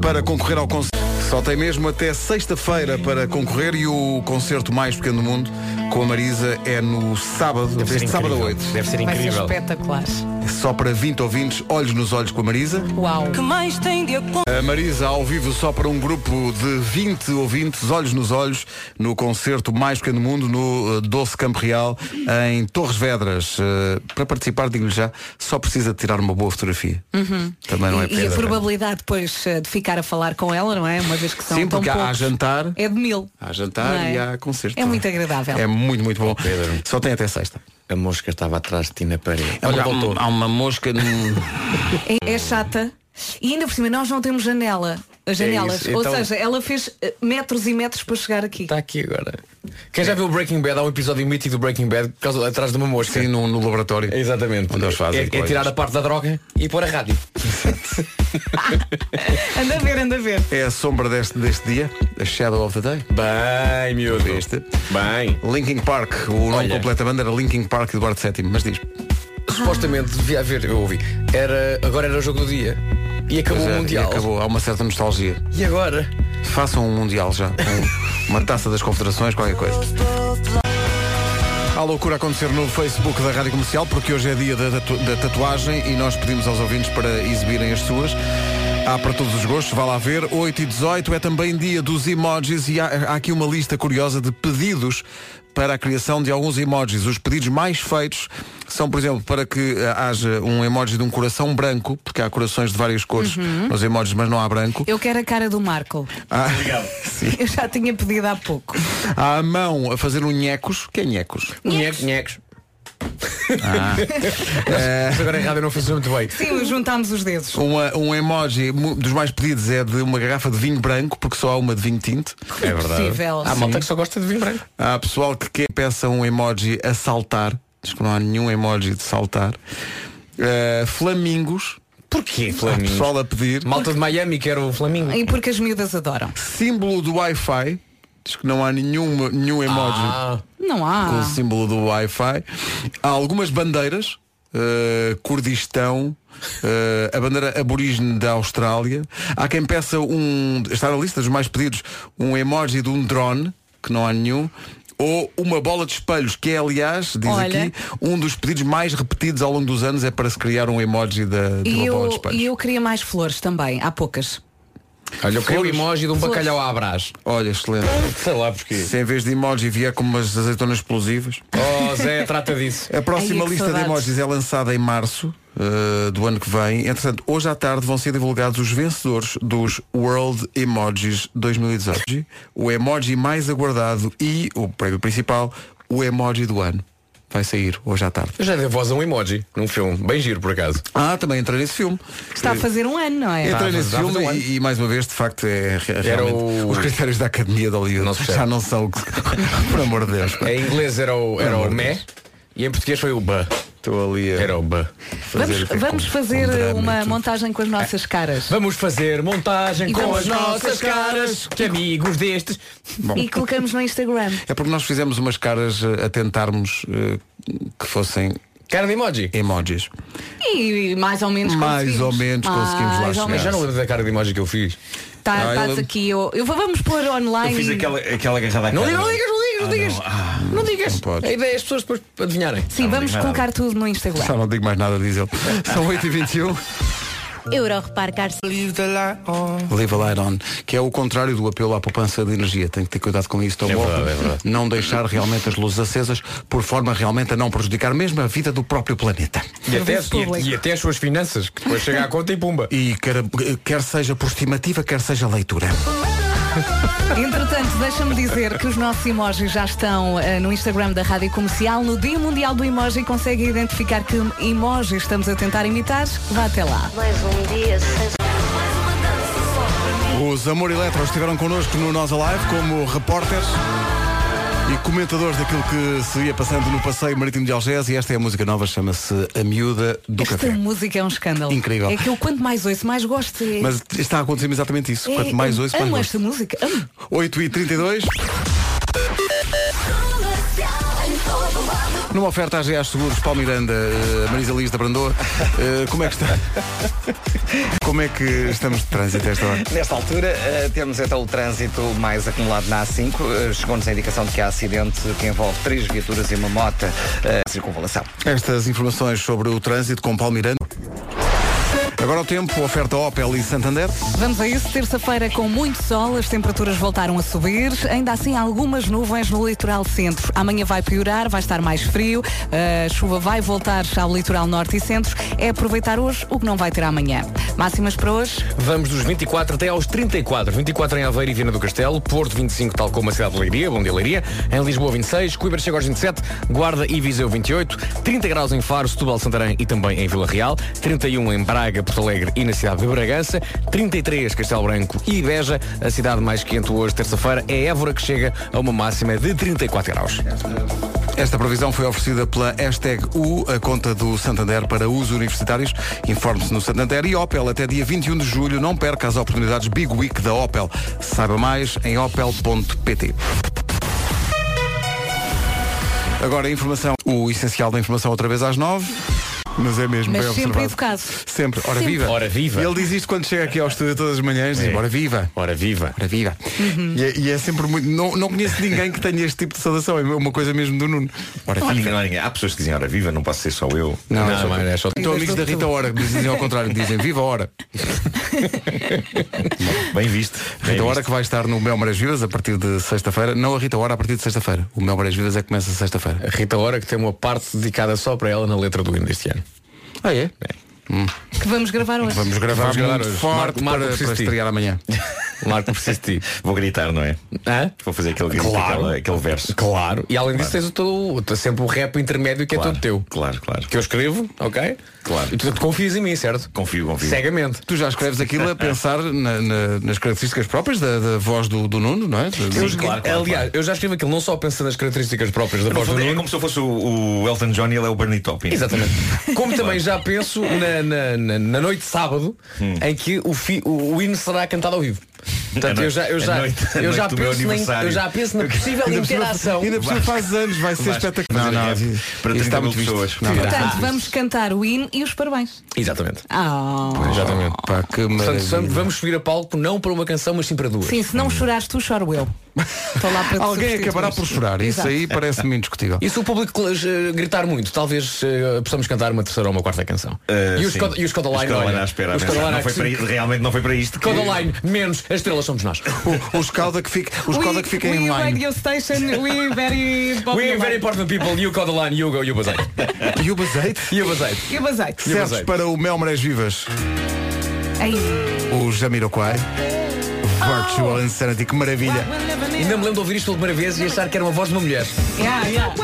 para concorrer ao concerto. Só tem mesmo até sexta-feira para concorrer e o concerto mais pequeno do mundo com a Marisa é no sábado, este sábado a 8.
Deve ser
Vai ser
incrível.
espetacular.
Só para 20 ouvintes, olhos nos olhos com a Marisa.
Uau.
A Marisa ao vivo só para um grupo de 20 ouvintes, olhos nos olhos, no concerto mais pequeno do mundo, no eh, Doce Campo Real, em Torres Vedras. Eh, para participar, digo-lhe já, só precisa de tirar uma boa fotografia. Também não é
Uhum. E- e, a
pedra.
probabilidade depois ah, de ficar a falar com ela, não é? Uma vez que são
Sim,
tão
porque há- há
poucos,
jantar.
É de mil.
Há jantar
não é?
e há concerto.
É muito agradável.
É muito, muito bom. Só tem até sexta.
A mosca estava atrás de ti na parede. Olha, voltou.
há uma mosca no...
É, é chata. E ainda por cima nós não temos janela. As
É
janelas.
isso,
Ou
então-
seja, ela fez eh, metros e metros para chegar aqui.
Tá.
Está tá aqui agora. Quem já viu o Breaking Bad, há um episódio mítico do Breaking Bad por causa- atrás de uma mosca.
Sim, no, no laboratório.
Exatamente.
Onde eles fazem
é, é
coisas.
tirar a parte da droga e pôr a rádio.
Anda a ver, anda a ver.
É a sombra deste, deste dia, a Shadow of the Day.
Bem, miúdo.
Viste?
Bem.
Linkin Park, o nome
Olha.
completo da banda era Linkin Park Eduardo VII, mas diz.
Supostamente devia haver, eu ouvi. Era, agora era o jogo do dia. E acabou
Pois é,
o
e
Mundial. E,
acabou, há uma certa nostalgia.
agora?
Façam um Mundial já. com uma taça das confederações, qualquer coisa. Há loucura a acontecer no Facebook da Rádio Comercial, porque hoje é dia da, tatu- da tatuagem e nós pedimos aos ouvintes para exibirem as suas. Há para todos os gostos, vá lá ver. 8 e 18 é também dia dos emojis e há, há aqui uma lista curiosa de pedidos para a criação de alguns emojis. Os pedidos mais feitos são, por exemplo, para que eh, haja um emoji de um coração branco, porque há corações de várias cores nos emojis, mas não há branco.
Eu quero a cara do Marco.
Há-
Eu já tinha pedido há pouco.
Há a mão a fazer um nhecos. Que é nhecos?
Nhecos, Ah. nhecos. Mas agora a rádio não funciona muito bem.
Sim, juntámos os dedos.
Uma- um emoji mu- dos mais pedidos é de uma garrafa de vinho branco, porque só há uma de vinho tinto.
É
Possível.
Ah,
Há malta que só gosta de vinho branco.
Há pessoal que quer, peça um emoji a saltar. Diz que não há nenhum emoji de saltar. Eh, flamingos.
Porquê,
Há
Flamengo?
pessoal a pedir.
Malta de Miami que era o Flamengo.
E porque as miúdas adoram.
Símbolo do Wi-Fi. Diz que não há nenhum, nenhum emoji
Ah,
Não
com
há.
o símbolo do Wi-Fi. Há algumas bandeiras. eh, Kurdistão, eh, a bandeira aborígene da Austrália. Há quem peça um. Está na lista dos mais pedidos um emoji de um drone, que não há nenhum. Ou uma bola de espelhos, que é, aliás, diz
Olha.
aqui, um dos pedidos mais repetidos ao longo dos anos é para se criar um emoji da, de
E
uma bola
eu,
de espelhos.
e eu queria mais flores também. Há poucas.
olha, eu queria o
Flores.
emoji de um
Flores.
bacalhau à brás.
Olha, excelente.
Sei lá porquê.
Se em vez de emoji vier com umas azeitonas explosivas.
Oh, Zé, trata disso.
A próxima
Ai, que
lista de
saudades.
emojis é lançada em março eh, do ano que vem. Entretanto, hoje à tarde vão ser divulgados os vencedores dos World Emojis 2018. O emoji mais aguardado e o prémio principal, o emoji do ano. Vai sair hoje à tarde.
Eu já dei voz a um emoji num filme. Bem giro, por acaso.
Ah, também entrei nesse filme.
Está a fazer um ano, não é?
Entrei
Está a
nesse
fazer- está a
filme
fazer um
e, e, mais uma vez, de facto, é re- realmente,
o-
os critérios da Academia de Hollywood
Não se percebe.
já não são o que... Por amor de Deus. pá.
é Em inglês era o, era o mé e em português foi o ba.
Estou ali a
Era o ba.
fazer-
Vamos, vamos fazer
um drama e
eh, uma
tudo. Ah.
montagem com as nossas caras.
Vamos fazer montagem
E
com
vamos
as nossas
nossas
caras. Que amigos destes.
E colocamos no Instagram.
É porque nós fizemos umas caras eh, a tentarmos eh, que fossem
Cara de emoji.
Emojis.
E mais ou menos
Mais
conseguimos.
ou menos conseguimos lá
Mais ou
chegar.
Mas
menos.
já não lembro da cara de emoji que eu fiz.
Tá,
Ah, eu
estás
lembro.
aqui. Eu, eu vou- vamos pôr online.
Eu fiz aquela, aquela agarrada à
Não,
cara.
digas, não digas, não digas, não
Ah,
digas.
não. Ah,
Não digas.
podes.
a ideia é as pessoas depois adivinharem.
Sim,
não
vamos
digo nada.
colocar tudo no Instagram.
Só não digo mais nada, diz ele. São 8h21.
Euro Repar Car
Leave a light on, que é o contrário do apelo à poupança de energia. Tem que ter cuidado com isso, Tom
É
Walker.
verdade, é verdade.
Não deixar realmente as luzes acesas, por forma realmente a não prejudicar mesmo a vida do próprio planeta.
E até,
Serviço público.
e, e até as suas finanças, que depois chega à conta e pumba.
E quer, quer seja por estimativa, quer seja leitura.
Entretanto, deixa-me dizer que os nossos emojis já estão eh, no Instagram da Rádio Comercial. No Dia Mundial do Emoji consegue identificar que emoji estamos a tentar imitar. Vá até lá.
Os Amor Eletro estiveram connosco no Nós Alive como repórteres e comentadores daquilo que se ia passando no passeio marítimo de Algés e esta é a música nova, chama-se A Miúda do
Esta
Café.
música é um escândalo.
Incrível.
É que eu quanto mais ouço, mais gosto. É-
Mas está a acontecer exatamente isso.
é-
Quanto mais
eu
ouço, mais
Amo
gosto.
esta música. Amo.
8h32. Numa oferta à GA Seguros, Paulo Miranda, eh, Marisa Liz da Brandoa, eh, como é que está? Como é que estamos de trânsito a esta hora?
Nesta altura, eh, temos então o trânsito mais acumulado na A5. Eh, Chegou-nos a indicação de que há acidente que envolve três viaturas e uma moto. eh, Circunvalação.
Estas informações sobre o trânsito com Paulo Miranda. Agora o tempo, oferta Opel e Santander.
Vamos a isso, terça-feira com muito sol, as temperaturas voltaram a subir, ainda assim há algumas nuvens no litoral centro. Amanhã vai piorar, vai estar mais frio, a chuva vai voltar ao litoral norte e centro. É aproveitar hoje o que não vai ter amanhã. Máximas para hoje?
Vamos dos 24 até aos 34. 24 em Aveiro e Viana do Castelo, Porto 25, tal como a cidade de Leiria, Bom dia Leiria. Em Lisboa 26, Coimbra chega aos 27, Guarda e Viseu 28, 30 graus em Faro, Setúbal, Santarém e também em Vila Real, 31 em Braga, Porto Alegre e na cidade de Bragança, 33 Castelo Branco e Beja. A cidade mais quente hoje, terça-feira, é Évora, que chega a uma máxima de 34 graus.
Esta previsão foi oferecida pela hashtag U, a conta do Santander para uso universitários. Informe-se no Santander e Opel até dia 21 de julho. Não perca as oportunidades Big Week da Opel. Saiba mais em opel.pt. Agora a informação, o essencial da informação outra vez às nove. Mas é mesmo
Mas
bem
sempre
observado.
educado.
Sempre. Ora
Sempre.
viva.
Ora viva. É.
E ele diz isto quando chega aqui ao estúdio todas as manhãs. Diz, Ora viva.
Ora viva!
Ora viva. E, é, e é sempre muito. Não, não conheço ninguém que tenha este tipo de saudação. É uma coisa mesmo do Nuno. Ora
Não há
viva.
ninguém, não há ninguém. Há pessoas que dizem, ora viva, não posso ser só eu.
Não,
Não,
é só-
mano, é só-
Então amigos da Rita Hora, que dizem ao contrário, dizem viva a hora.
É
Bem visto. Bem
Rita
visto.
Hora que vai estar no Mel Marés Vivas a partir de sexta-feira. Não a Rita Hora a partir de sexta-feira. O Mel Marés Vivas é que começa sexta-feira.
A Rita Hora que tem uma parte dedicada só para ela na letra do hino deste ano.
Ah, é?
Que vamos gravar hoje.
Vamos gravar,
Vamos gravar
muito
hoje.
forte
Marco- Marco,
para,
preciso
para
de ti.
estrear amanhã.
Então,
Marco, preciso de ti.
Vou gritar, não é?
Hã?
Vou fazer aquele grito,
Claro.
aquele, aquele verso.
Claro. E além disso tens o teu, o teu- sempre o rap intermédio que é
Claro,
todo teu.
Claro, claro.
Que eu escrevo, ok?
Claro.
E tu, tu confias em mim, certo?
Confio, confio.
Cegamente.
Tu já escreves aquilo a pensar na- na- nas características próprias da, da voz do, do Nuno, não é?
Sim, claro, claro,
Aliás, eu já escrevo aquilo não só pensando nas características próprias da
No
voz do
fundo, é
Nuno.
como se eu fosse o, o Elton John e ele é o Bernie Taupin.
Exatamente. Como também já penso na, na, na- na noite de sábado
Hum.
em que o, fi, o, o hino será cantado ao vivo. Portanto,
A
eu já, eu
noite-
já,
a noite- a
eu
noite
já,
do meu
penso na, in- eu
aniversário.
já penso na possível
Ainda por cima-
interação.
Ainda por cima faz anos, vai ser
Vasco,
espetacular. Não,
fazer
não,
rap
isso-
para
isso está
30 mil
muito visto.
pessoas.
Não, não.
Portanto, vamos cantar o hino e os parabéns.
Exatamente.
Ah.
Exatamente.
Pá, que
Portanto,
maravilha.
vamos- vamos subir a palco não para uma canção, mas sim para duas.
Sim, se não chorares tu, choro eu. Estou lá para te
Alguém
substituir.
acabará por chorar. Isso
Exato.
aí parece-me indiscutível.
E se o público eh, gritar muito, talvez eh, possamos cantar uma terceira ou uma quarta canção.
Ah,
e os
sim.
Cod- e Eh, os
Os
Codaline,
Codaline
olha,
à espera. a
os
pensar,
Codaline
não foi para isto, realmente não foi para isto. que-
Codaline, menos, as estrelas somos nós.
O- Os calda que fica, os calda é que fiquem
we,
em
we
line.
radio station, we very
We
popular.
are very important people, you Codaline, you go, you Bazeite.
E o azeite?
You Bazeite.
E o azeite?
E o
Certos
azeite?
para o Mel Marés Vivas,
Aí.
o Jamiroquai. Virtual Insanity, que maravilha.
Ainda me lembro de ouvir isto pela primeira vez e achar que era uma voz de uma mulher.
Yeah, yeah.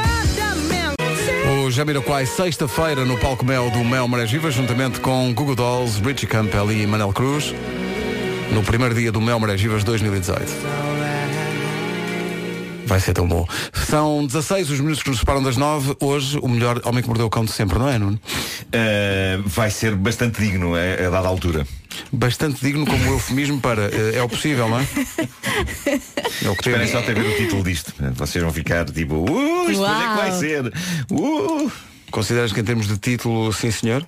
O Jamiroquai, sexta-feira, no palco Mel do Mel Marés Vivas, juntamente com Google Dolls, Richie Campbell e Manel Cruz, no primeiro dia do Mel Marés Vivas 2018. Vai ser tão bom. São 16 os minutos que nos separam das 9. Hoje, o melhor homem que mordeu o cão de sempre, não é, Nuno?
Ah, vai ser bastante digno eh, a, a dada altura.
Bastante digno como eufemismo para eh, é o possível, não é? É o que
Esperem
temos.
só até ver o título disto. Vocês vão ficar tipo, uh, isto hoje é que vai
Uau.
ser. Uh.
Consideras que em termos de título, sim senhor?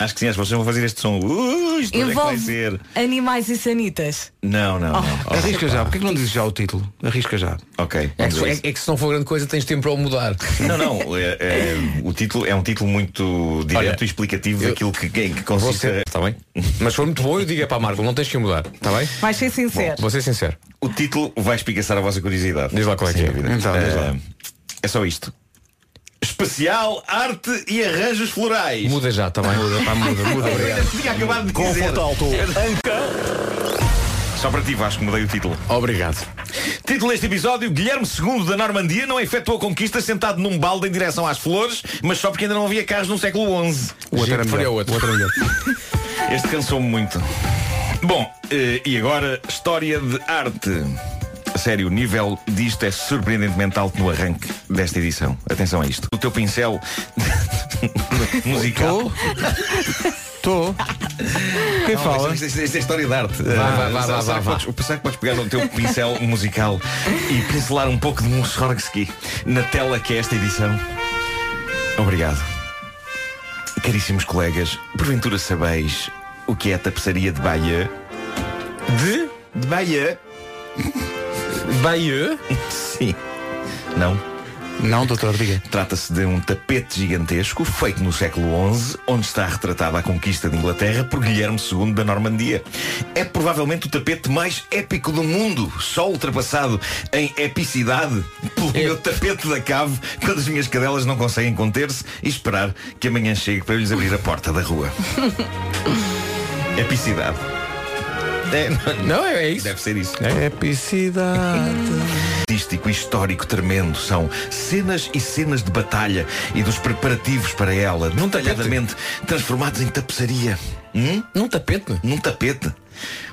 Acho que sim, acho que vocês vão fazer este som. Uh, isto onde é que vai
Envolve
ser.
animais e sanitas.
Não, não, não.
Arrisca já. Porquê que não dizes já o título? Arrisca já.
Ok.
É
vamos
que,
a
é-
isso.
é que se não for grande coisa tens tempo para o mudar.
Não, não. é- é- o título é um título muito direto
Olha,
e explicativo
eu-
daquilo que, que, que
Vou
consiste.
ser, está tá bem? Mas se for muito bom, eu digo é para a Marvel, não tens que mudar, está bem?
Vais ser sincero.
Vou ser sincero.
O título vai explicar a vossa curiosidade.
Diz lá qual é que
Sem
é.
dúvida.
Então, diz lá.
Eh, É só isto. Especial arte e arranjos florais.
Muda já, está bem? Muda, pá, muda, muda.
Ainda tinha acabado de dizer. Só para ti, Vasco, mudei o título.
Obrigado.
Título deste episódio: Guilherme II da Normandia não efetuou conquistas sentado num balde em direção às flores, mas só porque ainda não havia carros no século XI.
O outro era melhor. O outro é melhor.
Este cansou-me muito. Bom, eh, e agora, história de arte. A Sério, o nível disto é surpreendentemente alto no arranque desta edição. Atenção a isto. O teu pincel musical.
Estou. Quem
Não,
fala?
Isto, isto- isto é história de arte.
vá,
Eh,
vá,
será-
vá,
será
vá,
que
vá.
podes- Será que podes pegar no teu pincel musical e pincelar um pouco de Mussorgsky na tela que é esta edição? Obrigado. Caríssimos colegas, porventura sabeis o que é a tapeçaria de Baia? De? De Baia?
Bayeux?
Sim. Não?
Não, doutor, diga.
Trata-se de um tapete gigantesco feito no século XI, onde está retratada a conquista de Inglaterra por Guilherme II da Normandia. É provavelmente o tapete mais épico do mundo, só ultrapassado em epicidade pelo meu tapete da cave, quando as minhas cadelas não conseguem conter-se e esperar que amanhã chegue para eu lhes abrir a porta da rua. epicidade. É, não-
Não, é, é isso.
deve ser isso
Epicidade.
artístico e histórico tremendo são cenas e cenas de batalha e dos preparativos para ela, detalhadamente transformados em tapeçaria. Hum?
Num tapete?
Num tapete.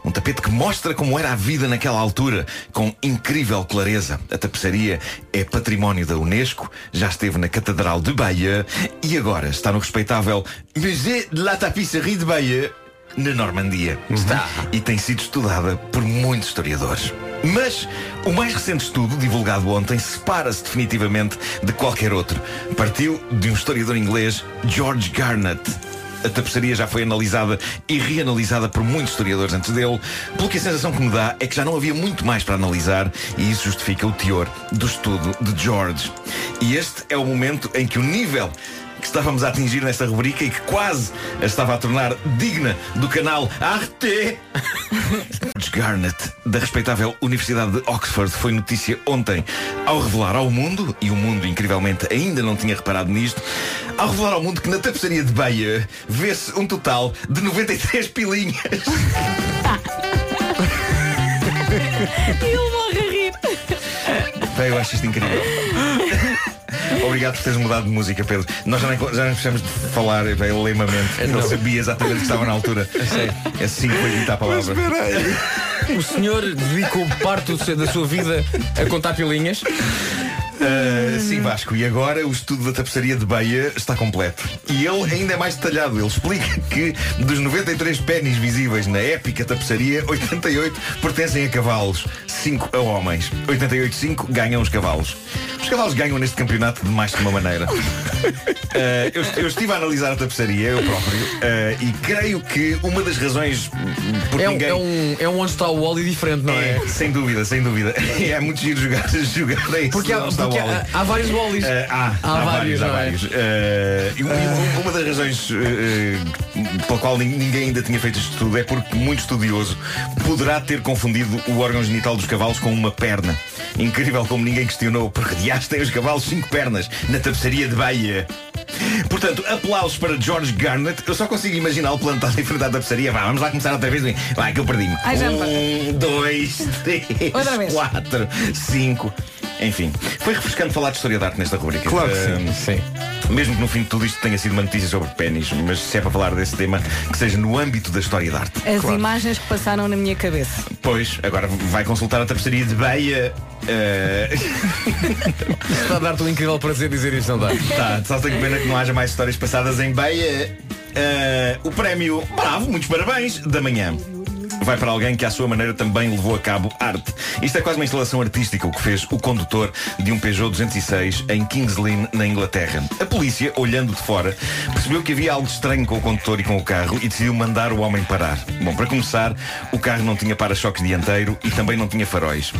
Um tapete que mostra como era a vida naquela altura, com incrível clareza. A tapeçaria é património da Unesco, já esteve na Catedral de Bayeux e agora está no respeitável Musée de la Tapisserie de Bayeux, na Normandia. Está. E tem sido estudada por muitos historiadores. Mas o mais recente estudo, divulgado ontem, separa-se definitivamente de qualquer outro. Partiu de um historiador inglês, George Garnett. A tapeçaria já foi analisada e reanalisada por muitos historiadores antes dele, pelo que a sensação que me dá é que já não havia muito mais para analisar e isso justifica o teor do estudo de George. E este é o momento em que o nível que estávamos a atingir nesta rubrica e que quase a estava a tornar digna do canal Arte George Garnett, da respeitável Universidade de Oxford, foi notícia ontem ao revelar ao mundo, e o mundo incrivelmente ainda não tinha reparado nisto, ao revelar ao mundo que na tapeçaria de Beia vê-se um total de 93 pilinhas.
Eu morro a rir.
Bem, eu acho isto incrível. Obrigado por teres mudado de música, Pedro. Nós já nem, já nem precisamos de falar é bem, lemamente. Não sabia exatamente o que estava na altura. É assim que foi dita a palavra.
O senhor dedicou parte do seu- da sua vida a contar pilinhas. Uhum.
Uh, sim, Vasco, e agora o estudo da tapeçaria de Beia está completo. E ele ainda é mais detalhado. Ele explica que dos 93 pênis visíveis na épica tapeçaria, 88 pertencem a cavalos, 5 a homens. 88,5 ganham os cavalos. Os cavalos ganham neste campeonato de mais que uma maneira. Uh, eu, eu estive a analisar a tapeçaria, eu próprio, uh, e creio que uma das razões por
É um,
ninguém.
é, um, é um onde está o Wally diferente, não é?
É, sem dúvida, sem dúvida. É muito giro jogar, jogar a isso.
Porque, há,
não está
porque
o
há,
Wally.
É, há vários Wallys.
Eh, há, há, vários, há
não é?
vários. Eh, e um- um- uma das razões eh, eh, pela qual nin- ninguém ainda tinha feito este estudo é porque muito estudioso poderá ter confundido o órgão genital dos cavalos com uma perna. Incrível como ninguém questionou, porque dias tem os cavalos cinco pernas na tapeçaria de Bahia. Portanto, aplausos para George Garnett. Eu só consigo imaginá-lo plantado em frente à tapeçaria. Vá, vamos lá começar outra vez. Vai, que eu perdi-me.
Ai, já me basta.
Um, dois, três,
Outra vez.
quatro, cinco. Enfim, foi refrescante falar de história de arte nesta rubrica.
Claro que sim.
Ahm,
Sim.
Mesmo que no fim de tudo isto tenha sido uma notícia sobre pênis, mas se é para falar desse tema, que seja no âmbito da história de arte.
As imagens que passaram na minha cabeça.
Pois, agora vai consultar a tapeçaria de Beia. eh,
Está a dar-te um incrível prazer dizer isto, não dá?
tá, só tenho pena que não haja mais histórias passadas em Beia. Ah, o prémio Bravo, muitos parabéns, da manhã. vai para alguém que à sua maneira também levou a cabo arte. Isto é quase uma instalação artística o que fez o condutor de um Peugeot 206 em Kings Lynn, na Inglaterra. A polícia, olhando de fora, percebeu que havia algo estranho com o condutor e com o carro e decidiu mandar o homem parar. Bom, para começar, o carro não tinha para-choques dianteiro e também não tinha faróis.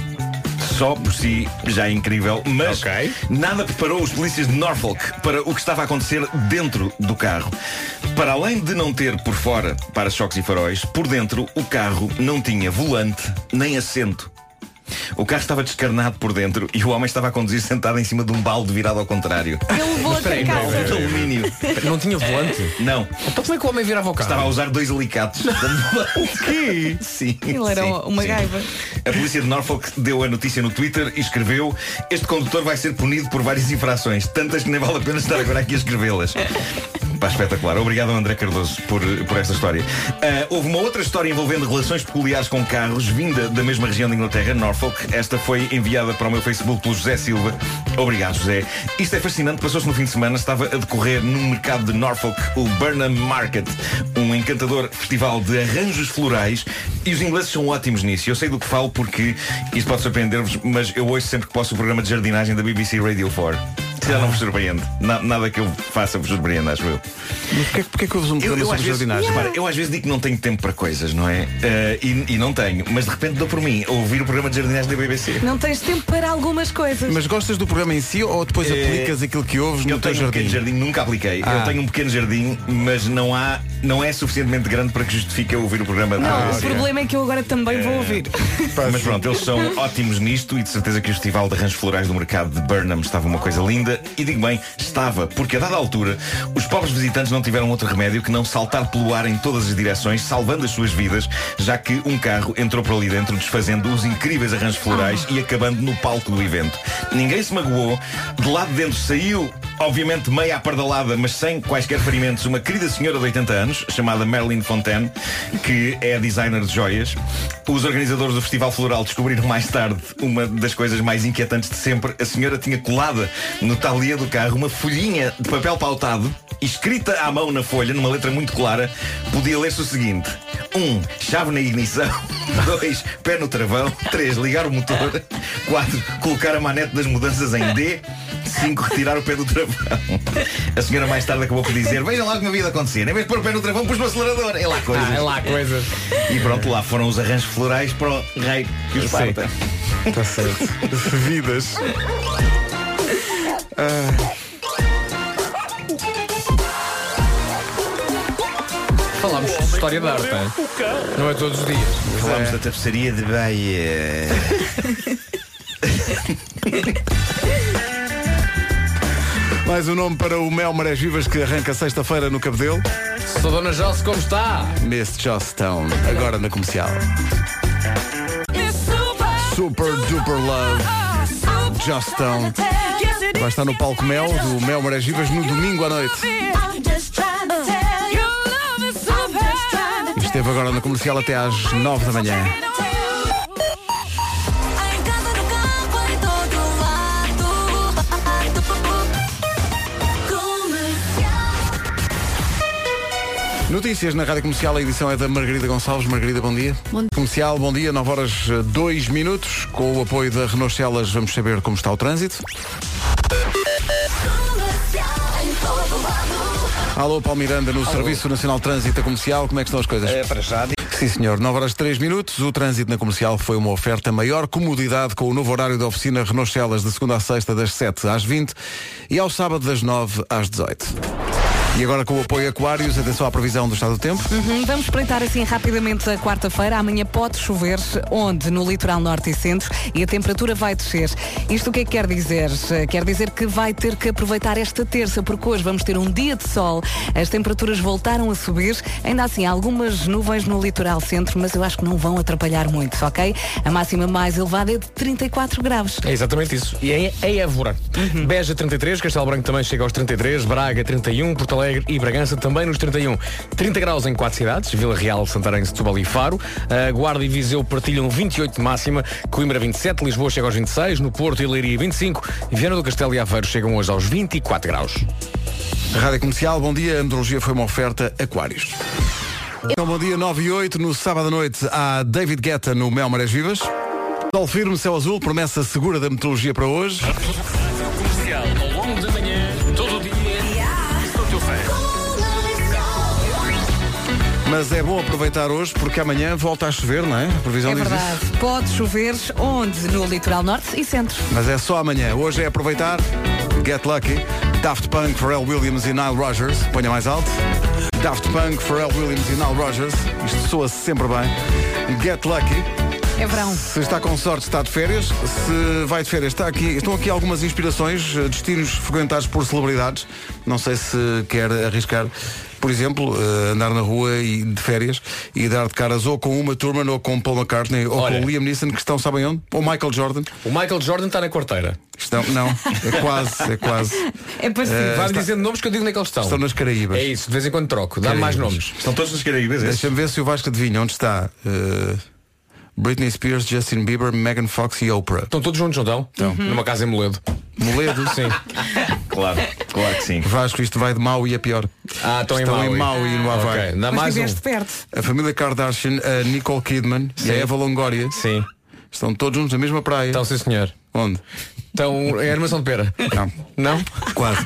Só por si já é incrível, mas
Ok.
Nada preparou os polícias de Norfolk para o que estava a acontecer dentro do carro. Para além de não ter por fora para-choques e faróis, por dentro o carro não tinha volante nem assento. O carro estava descarnado por dentro e o homem estava a conduzir sentado em cima de um balde virado ao contrário.
Ele levou a carcaça.
De alumínio.
Não tinha volante.
Não.
Então como é que o homem virava o carro?
Estava a usar dois alicates. o quê? Sim.
Ele era
sim,
uma
sim.
gaiva.
A polícia de Norfolk deu a notícia no Twitter e escreveu Este condutor vai ser punido por várias infrações, tantas que nem vale a pena estar agora aqui a escrevê-las. Pá, espetacular. Obrigado André Cardoso por, por esta história. Ah, houve uma outra história envolvendo relações peculiares com carros, vinda da mesma região da Inglaterra, Norfolk. Esta foi enviada para o meu Facebook pelo José Silva. Obrigado, José. Isto é fascinante. Passou-se no fim de semana. Estava a decorrer num mercado de Norfolk, o Burnham Market, um encantador festival de arranjos florais. E os ingleses são ótimos nisso. Eu sei do que falo porque isto pode surpreender-vos, mas eu ouço sempre que posso o programa de jardinagem da BBC Radio 4. Já não vos surpreende. Na- nada que eu faça vos surpreenda, acho eu.
Mas porquê, porquê que ouves um programa sobre jardinagem?
Repara, eu às vezes digo que não tenho tempo para coisas, não é? Eh, e, e não tenho, mas de repente dou por mim a ouvir o programa de jardinagem da BBC.
Não tens tempo para algumas coisas.
Mas gostas do programa em si ou depois
Eh,
aplicas aquilo que ouves
Eu
no teu
tenho um
jardim?
pequeno jardim, nunca apliquei.
Ah.
Eu tenho um pequeno jardim, mas não há, não é suficientemente grande para que justifique eu ouvir o programa da
Não, o
BBC.
problema é que eu agora também vou ouvir.
Mas pronto, eles são ótimos nisto e de certeza que o Festival de Arranjos Florais do Mercado de Burnham estava uma coisa linda. E digo bem, estava, porque a dada altura os pobres visitantes não tiveram outro remédio que não saltar pelo ar em todas as direções, salvando as suas vidas, já que um carro entrou por ali dentro desfazendo os incríveis arranjos florais e acabando no palco do evento. Ninguém se magoou, de lá de dentro saiu, obviamente meia apardalada, mas sem quaisquer ferimentos, uma querida senhora de 80 anos, chamada Marilyn Fontaine, que é designer de joias. Os organizadores do Festival Floral descobriram mais tarde uma das coisas mais inquietantes de sempre. A senhora tinha colada no talia do carro uma folhinha de papel pautado, escrita à mão na folha, numa letra muito clara, podia ler-se o seguinte. 1. Um, chave na ignição. 2. Pé no travão. 3. Ligar o motor. 4. Colocar a manete das mudanças em D. 5. Retirar o pé do travão. A senhora mais tarde acabou por dizer, vejam lá o que me havia de acontecer. Em vez de pôr o pé no travão, pus no acelerador. É lá coisas.
Ah, é lá coisas.
E pronto, lá foram os arranjos florais para o rei que os parta.
Está certo. Vidas.
Falámos de história de arte. hein? Não é todos os dias.
Falámos da tapeçaria de Baia.
Mais um nome para o Mel Marés Vivas que arranca sexta-feira no Cabedelo.
Sou Dona Jalce, como está?
Miss Jostown, agora na comercial. Super Duper Love. Jostown. Vai estar no palco Mel, do Mel Marés Vivas, no domingo à noite. Esteve agora na comercial até às 9 da manhã. Notícias na Rádio Comercial, a edição é da Margarida Gonçalves. Margarida, bom dia.
Bom dia.
Comercial, bom dia, 9 horas 2 minutos. Com o apoio da Renault Celas, vamos saber como está o trânsito. Alô, Paulo Miranda, no Serviço Nacional de Trânsito da Comercial, como é que estão as coisas?
Eh, para já,
Sim, senhor. 9 horas 3 minutos. O trânsito na comercial foi uma oferta maior comodidade com o novo horário da oficina Renault Celas de segunda a sexta das 7 às 20 e ao sábado das 9 às 18. E agora com o apoio Aquários, atenção à previsão do estado do tempo.
Uhum, Vamos espreitar assim rapidamente a quarta-feira. Amanhã pode chover, onde? No litoral norte e centro, e a temperatura vai descer. Isto o que é que quer dizer? Eh, Quer dizer que vai ter que aproveitar esta terça, porque hoje vamos ter um dia de sol. As temperaturas voltaram a subir, ainda assim há algumas nuvens no litoral centro, mas eu acho que não vão atrapalhar muito, ok? A máxima mais elevada é de 34 graus.
É exatamente isso. E é em Évora. Beja 33, Castelo Branco também chega aos 33, Braga 31, Porto Alegre e Bragança também nos 31. 30 graus em quatro cidades, Vila Real, Santarém, Setúbal e Faro. Ah, Guarda e Viseu partilham 28 de máxima, Coimbra 27, Lisboa chega aos 26, no Porto e Leiria 25, Viana do Castelo e Aveiro chegam hoje aos 24 graus.
Rádio Comercial, bom dia. A andrologia foi uma oferta Aquários. Então, bom dia 9 e 8, no sábado à noite, há David Guetta no Mel Marés Vivas. Sol firme, céu azul, promessa segura da meteorologia para hoje. Mas é bom aproveitar hoje porque amanhã volta a chover, não é? A previsão
É
diz isso.
verdade. Pode chover onde? No litoral norte e centro.
Mas é só amanhã. Hoje é aproveitar. Get Lucky. Daft Punk, Pharrell Williams e Nile Rogers. Ponha mais alto. Daft Punk, Pharrell Williams e Nile Rogers. Isto soa -se sempre bem. Get Lucky.
É verão.
Se está com sorte, está de férias. Se vai de férias, está aqui. Estão aqui algumas inspirações, eh, destinos frequentados por celebridades. Não sei se quer arriscar, por exemplo, eh, andar na rua e de férias e dar de caras ou com uma Thurman, ou com Paul McCartney, ou
Olha.
com Liam Neeson, que estão, sabem onde? Ou Michael Jordan.
O Michael Jordan está na quarteira.
Estão, não, é quase, é quase.
É parecido.
Eh,
Vai-me dizendo nomes que eu digo onde é que eles estão.
Estão nas Caraíbas.
É isso, de vez em quando troco. Dá-me mais nomes.
Estão todos nas Caraíbas, é?
Deixa-me ver se o Vasco adivinha onde está. eh, Britney Spears, Justin Bieber, Megan Fox e Oprah.
Estão todos juntos, não estão? Numa casa em Moledo.
Moledo,
Sim.
Claro, claro que sim.
Vasco, isto vai de mau e a pior.
Ah, estão em Maui.
e no Havaí.
ok. Dá
Mas
mais um.
estiveste perto.
A família Kardashian, a Nicole Kidman e a Eva Longoria
Sim.
estão todos juntos na mesma praia.
Então, sim senhor.
Onde?
Então, é armação de pera.
Não,
Não?
quase.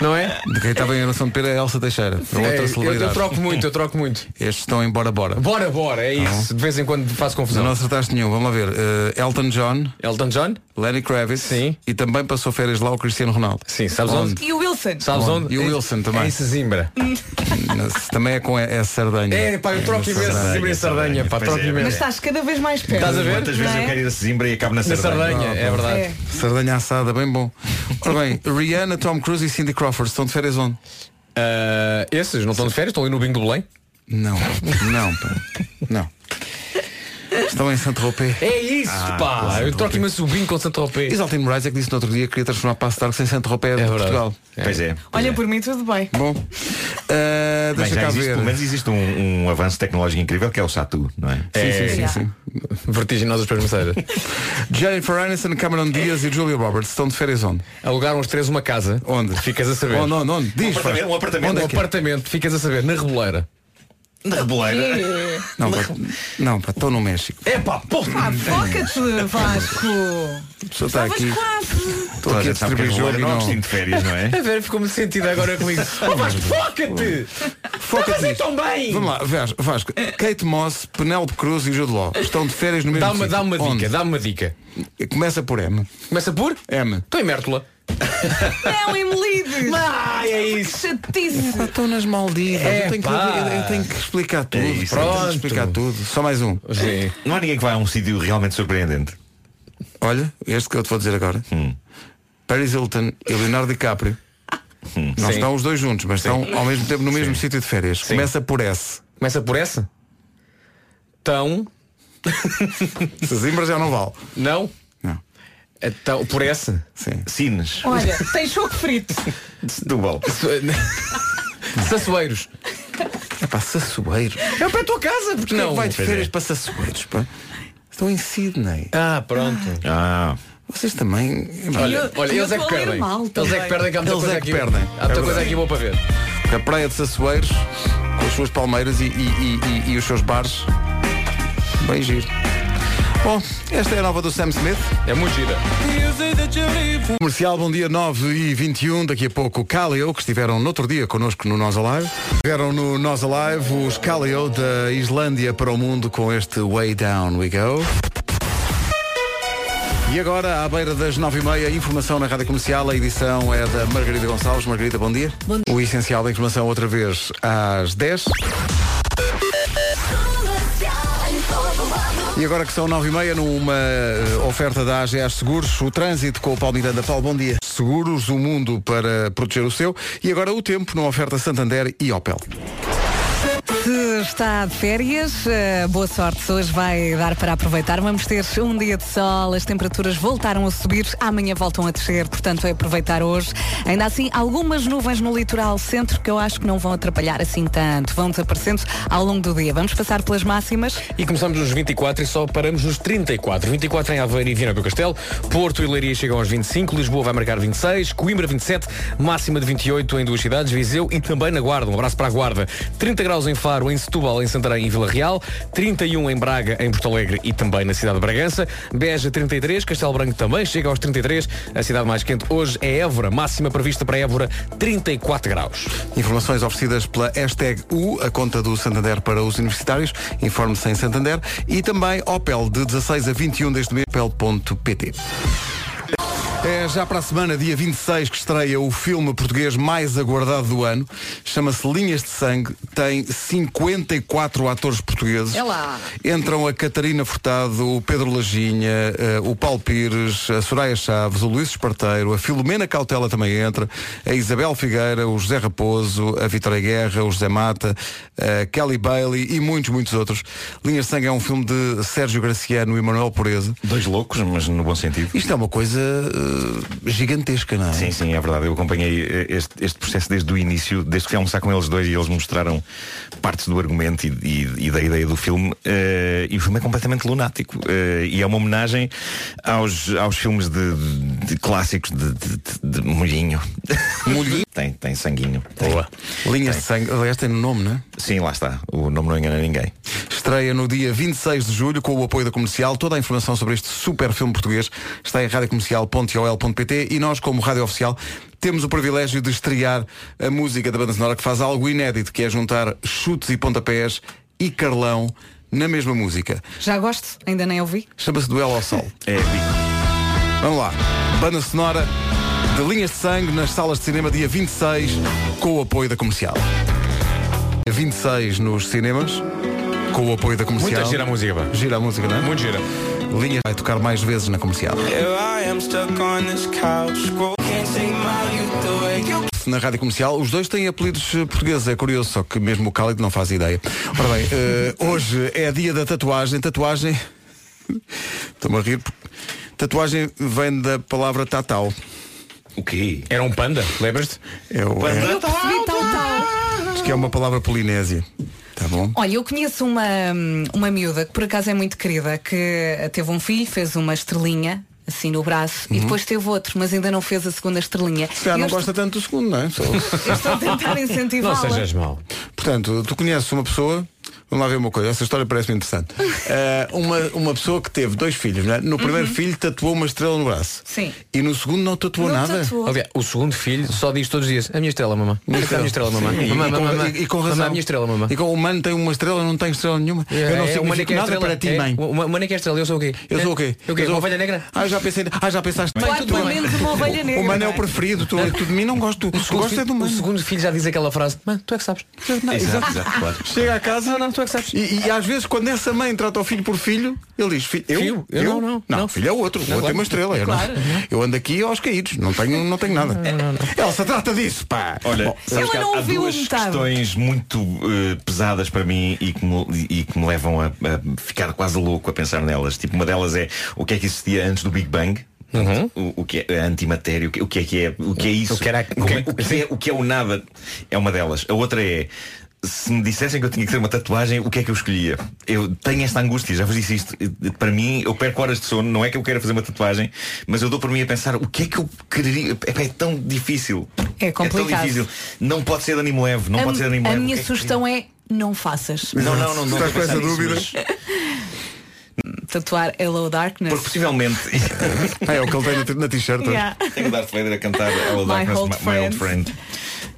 Não é?
De quem estava em relação de pera é a Elsa Teixeira. a
É,
Outra
eu, eu
celebridade.
troco muito, eu troco muito.
Estes estão em Bora Bora.
Bora, bora, é isso. De vez em quando faço confusão.
Não acertaste nenhum, vamos lá ver. Eh, Elton John,
Elton John?
Lenny Kravitz
Sim.
e também passou férias lá o Cristiano Ronaldo.
Sim, sabes onde?
E o Wilson? Hum.
Sabes
Onde?
onde?
E o
Em-
Wilson também.
Em Sesimbra.
Mas Também é com é Sardanha.
É, pá, eu troco imenso
Sardanha,
Sesimbra e Sardanha, pá, troco
Sardanha. Pois é,
Mas
imenso.
estás cada vez mais perto.
Estás a ver?
Quantas vezes
Não é?
eu quero ir a Sesimbra e acabo na
Na
Sardanha?
Sardanha, é verdade.
É.
Sardanha assada, bem bom. Ora bem, Rihanna, Tom Cruise e Cindy Crawford estão de férias onde?
Ah, esses não estão de férias, estão ali no bingo do Belém.
Não, não, pá. não. Estão em Santo Roupé.
É isso, pá. eu troco imenso o bingo com Santo Tropez.
Isaltino Moraes é que disse no outro dia que queria transformar Passo Dark sem Santo Roupé de
verdade.
Portugal.
Pois é. pois
Olha,
é.
por mim tudo bem.
Bom, ah,
Bem,
deixa
já
cá
existe,
ver.
pelo menos existe um, um avanço tecnológico incrível que é o Satu, não é?
Sim,
É.
sim, sim, sim.
Vertiginosas para as moçadas.
Jennifer Aniston, Cameron Diaz e Julia Roberts estão de férias onde?
Alugaram os três uma casa.
Onde?
Ficas a saber.
Onde, onde, onde? Diz.
Um apartamento, um apartamento.
Onde
Onde
um
é que é?
apartamento, ficas a saber, na reboleira.
Na reboleira.
Não, pá, não, pá, estou no México.
É pá, porra!
Ah, foca-te, Vasco.
Só está
Estavas
aqui.
quase.
Estou aqui a distribuir jogo e
Não é um
não.
destino de férias, não é?
A Vera ficou-me sentida agora comigo. oh, mas foca-te!
Foca-te nisto.
tão bem!
Vamos lá, Vas- Vasco. Kate Moss, Penélope Cruz e Jude Law estão de férias no mesmo
Dá-me
sítio.
É. dá uma
Onde?
dica, dá-me uma dica.
Começa por M.
Começa por?
M.
Estou em Mértola.
Não, Emelides.
Ah, é isso.
Que chatice.
Ah, Estão nas Maldivas.
É,
eu, tenho que,
pá.
eu- eu tenho que
É
explicar tudo.
isso,
Pronto.
pronto.
explicar tudo. Só mais um.
Sim.
Não há ninguém que vá a um sítio realmente surpreendente.
Olha, este que eu te vou dizer agora.
Hum.
Paris Hilton e Leonardo DiCaprio. Não
Hum. Sim.
estão os dois juntos, mas estão ao mesmo tempo no mesmo sítio de férias. Começa por S.
Começa por essa? Tão.
Sesimbra já não vale.
Não?
Não.
Então, por essa?
Sim.
Sines.
Olha, tem choco frito.
Setúbal.
Sassueiros.
É para Sassueiro.
É para a tua casa, porque
Quem é
não?
que vai de
pois
férias
é.
para Sassueiros? Pá? Estão em Sydney.
Ah, pronto.
Ah,
Vocês também.
Olha,
Eu-
olha
eu
eles é que
estou a ler
perdem.
mal
eles
também.
é que perdem, que há muita
Eles
coisa
é que
aqui.
perdem.
Há muita coisa aqui boa para ver.
A praia de Sassueiros, com as suas palmeiras e, e- e- e- e os seus bares. Bem giro. Bom, esta é a nova do Sam Smith.
É muito gira.
Comercial, bom dia 9 e 21. Daqui a pouco, Calio, que estiveram no outro dia connosco no Nós Alive. Estiveram no Nós Alive os Calio da Islândia para o mundo com este Way Down We Go. E agora, à beira das 9h30, informação na Rádio Comercial. A edição é da Margarida Gonçalves. Margarida, bom dia. Bom dia. O essencial da informação, outra vez, às 10. E agora que são 9h30, numa eh, oferta da AGAs Seguros, o trânsito com o Paulo Miranda. Paulo, bom dia. Seguros, o mundo para proteger o seu. E agora o tempo numa oferta Santander e Opel.
Se está de férias, eh, boa sorte. Hoje vai dar para aproveitar. Vamos ter um dia de sol, as temperaturas voltaram a subir, amanhã voltam a descer, portanto é aproveitar hoje. Ainda assim, algumas nuvens no litoral centro que eu acho que não vão atrapalhar assim tanto, vão desaparecendo ao longo do dia. Vamos passar pelas máximas.
E começamos nos 24 e só paramos nos 34. 24 em Aveiro e Viana do Castelo. Porto e Leiria chegam aos 25. Lisboa vai marcar 26. Coimbra 27. Máxima de 28 em duas cidades. Viseu e também na Guarda. Um abraço para a Guarda. 30 graus em Faro. Faro, em Setúbal, em Santarém e Vila Real, 31 em Braga, em Porto Alegre e também na cidade de Bragança, Beja 33, Castelo Branco também chega aos 33, a cidade mais quente hoje é Évora, máxima prevista para Évora 34 graus.
Informações oferecidas pela hashtag U, a conta do Santander para os universitários. Informe-se em Santander. E também Opel, de 16 a 21 deste mês, opel.pt. É já para a semana, dia 26, que estreia o filme português mais aguardado do ano. Chama-se Linhas de Sangue. Tem 54 atores portugueses.
É lá.
Entram a Catarina Furtado, o Pedro Laginha, eh, o Paulo Pires, a Soraya Chaves, o Luís Esparteiro, a Filomena Cautela também entra, a Isabel Figueira, o José Raposo, a Vitória Guerra, o José Mata, a Kelly Bailey e muitos, muitos outros. Linhas de Sangue é um filme de Sérgio Graciano e Manuel Pureza.
Dois loucos, mas no bom sentido.
Isto é uma coisa eh, gigantesca, não é?
Sim, sim, é verdade. Eu acompanhei eh, este, este processo desde o início, desde que fui almoçar com eles dois e eles mostraram partes do argumento e, e- e da ideia do filme. eh, e o filme é completamente lunático. eh, e é uma homenagem aos, aos filmes de, de- de clássicos de, de, de, de molhinho. Molhinho? tem, tem sanguinho. Tem.
Boa. Linhas de Sangue, aliás, tem nome, não é?
Sim, lá está. O nome não engana ninguém.
Estreia no dia 26 de julho com o apoio da Comercial. Toda a informação sobre este super filme português está em radiocomercial.ol.pt e nós, como Rádio Oficial, temos o privilégio de estrear a música da banda sonora que faz algo inédito, que é juntar chutes e pontapés e Carlão na mesma música.
Já gosto, ainda nem ouvi.
Chama-se Duelo ao Sol.
É épico.
Vamos lá. Banda sonora de Linhas de Sangue nas salas de cinema dia 26 com o apoio da Comercial. 26 nos cinemas com o apoio da Comercial.
Muita gira a música, pá.
Gira a música, não é?
Muito gira.
Linha vai tocar mais vezes na comercial. Na rádio comercial, os dois têm apelidos eh, portugueses, é curioso, só que mesmo o Khalid não faz ideia. Ora bem, eh, hoje é dia da tatuagem. Tatuagem. Estou-me a rir. porque Tatuagem vem da palavra tatau.
O quê?
Era um panda, lembras-te?
É o, é,
Percebi tal, tal.
acho que é uma palavra polinésia. Tá bom?
Olha, eu conheço uma, hum, uma miúda que por acaso é muito querida, que teve um filho, fez uma estrelinha assim no braço e depois teve outro, mas ainda não fez a segunda estrelinha.
Uhum. Se calhar
E
não
eu
gosta tanto do segundo, não é?
estou- Estou a tentar
Não
incentivá-la.
sejas mal.
Portanto, tu conheces uma pessoa. Vamos lá ver uma coisa, essa história parece-me interessante. Eh, uma, uma pessoa que teve dois filhos, não é? No primeiro filho tatuou uma estrela no braço.
Uhum. Sim.
E no segundo não tatuou
Não
nada.
tatuou.
Aliás, o segundo filho só diz todos os dias, a minha estrela, mamã. Onde é que está a minha estrela, mamã.
E,
Mamã,
e com,
mamã, mamã.
e- e com
Mamã,
razão.
a minha estrela, mamã.
E com o mano tem uma estrela, não tem estrela nenhuma. eu não
É,
sei
o Manequim
nada
Estrela-
para ti,
é,
mãe.
O Ma- Manequim Estrela, eu sou o quê?
Eu sou o quê?
Eu o quê?
Eu sou
Uma ovelha negra?
Ah, já pensei. Ah, já pensaste.
Bem,
tu-
Claro,
tudo
pelo
bem.
menos uma ovelha negra.
o mano é o
não
preferido, tu, tu de mim não gosto. Tu, tu
segundo
gostas
filho-
é do
O
mano.
segundo filho já diz aquela frase, mano, tu é que sabes.
Exato, exato, claro.
Chega a casa. Não, não, tu é que sabes. E, e às vezes quando essa mãe trata o filho por filho, ele diz, "Fi- eu,
Filho? Eu não, não,
Não,
não.
filho é o outro, o outro é uma estrela. Eu, não- eu ando aqui aos caídos, não tenho, não tenho nada. Elsa trata disso, pá.
Olha,
Bom,
sabes
ela
que há- um
não
há,
ouviu
duas
a metade.
questões muito eh, pesadas para mim e que me, e que me levam a, a ficar quase louco a pensar nelas. Tipo, uma delas é o que é que existia antes do Big Bang? O, o que é a antimatéria, o que, o que é que é, o que é isso?
Uhum. O que era-
Como é- o que é- o que é o nada? É uma delas. A outra é se me dissessem que eu tinha que ter uma tatuagem, o que é que eu escolhia? Eu tenho esta angústia, já vos disse isto. Para mim, eu perco horas de sono, não é que eu queira fazer uma tatuagem, mas eu dou por mim a pensar o que é que eu quereria. Epá, É, tão difícil.
É complicado.
É tão difícil. Não pode ser de ânimo leve, não
A,
pode ser de ânimo
a
leve.
minha
O que é que-
sugestão é não faças.
Uhum.
Não, não, não, não.
Estás
estou a
com essa
pensar nisso,
dúvida?
mas-
Tatuar Hello Darkness.
Porque possivelmente.
É o que ele tem na t- na t-shirt. hoje.
Yeah.
Tenho o Darth Vader a cantar Hello
My
Darkness,
old
my, my old friend.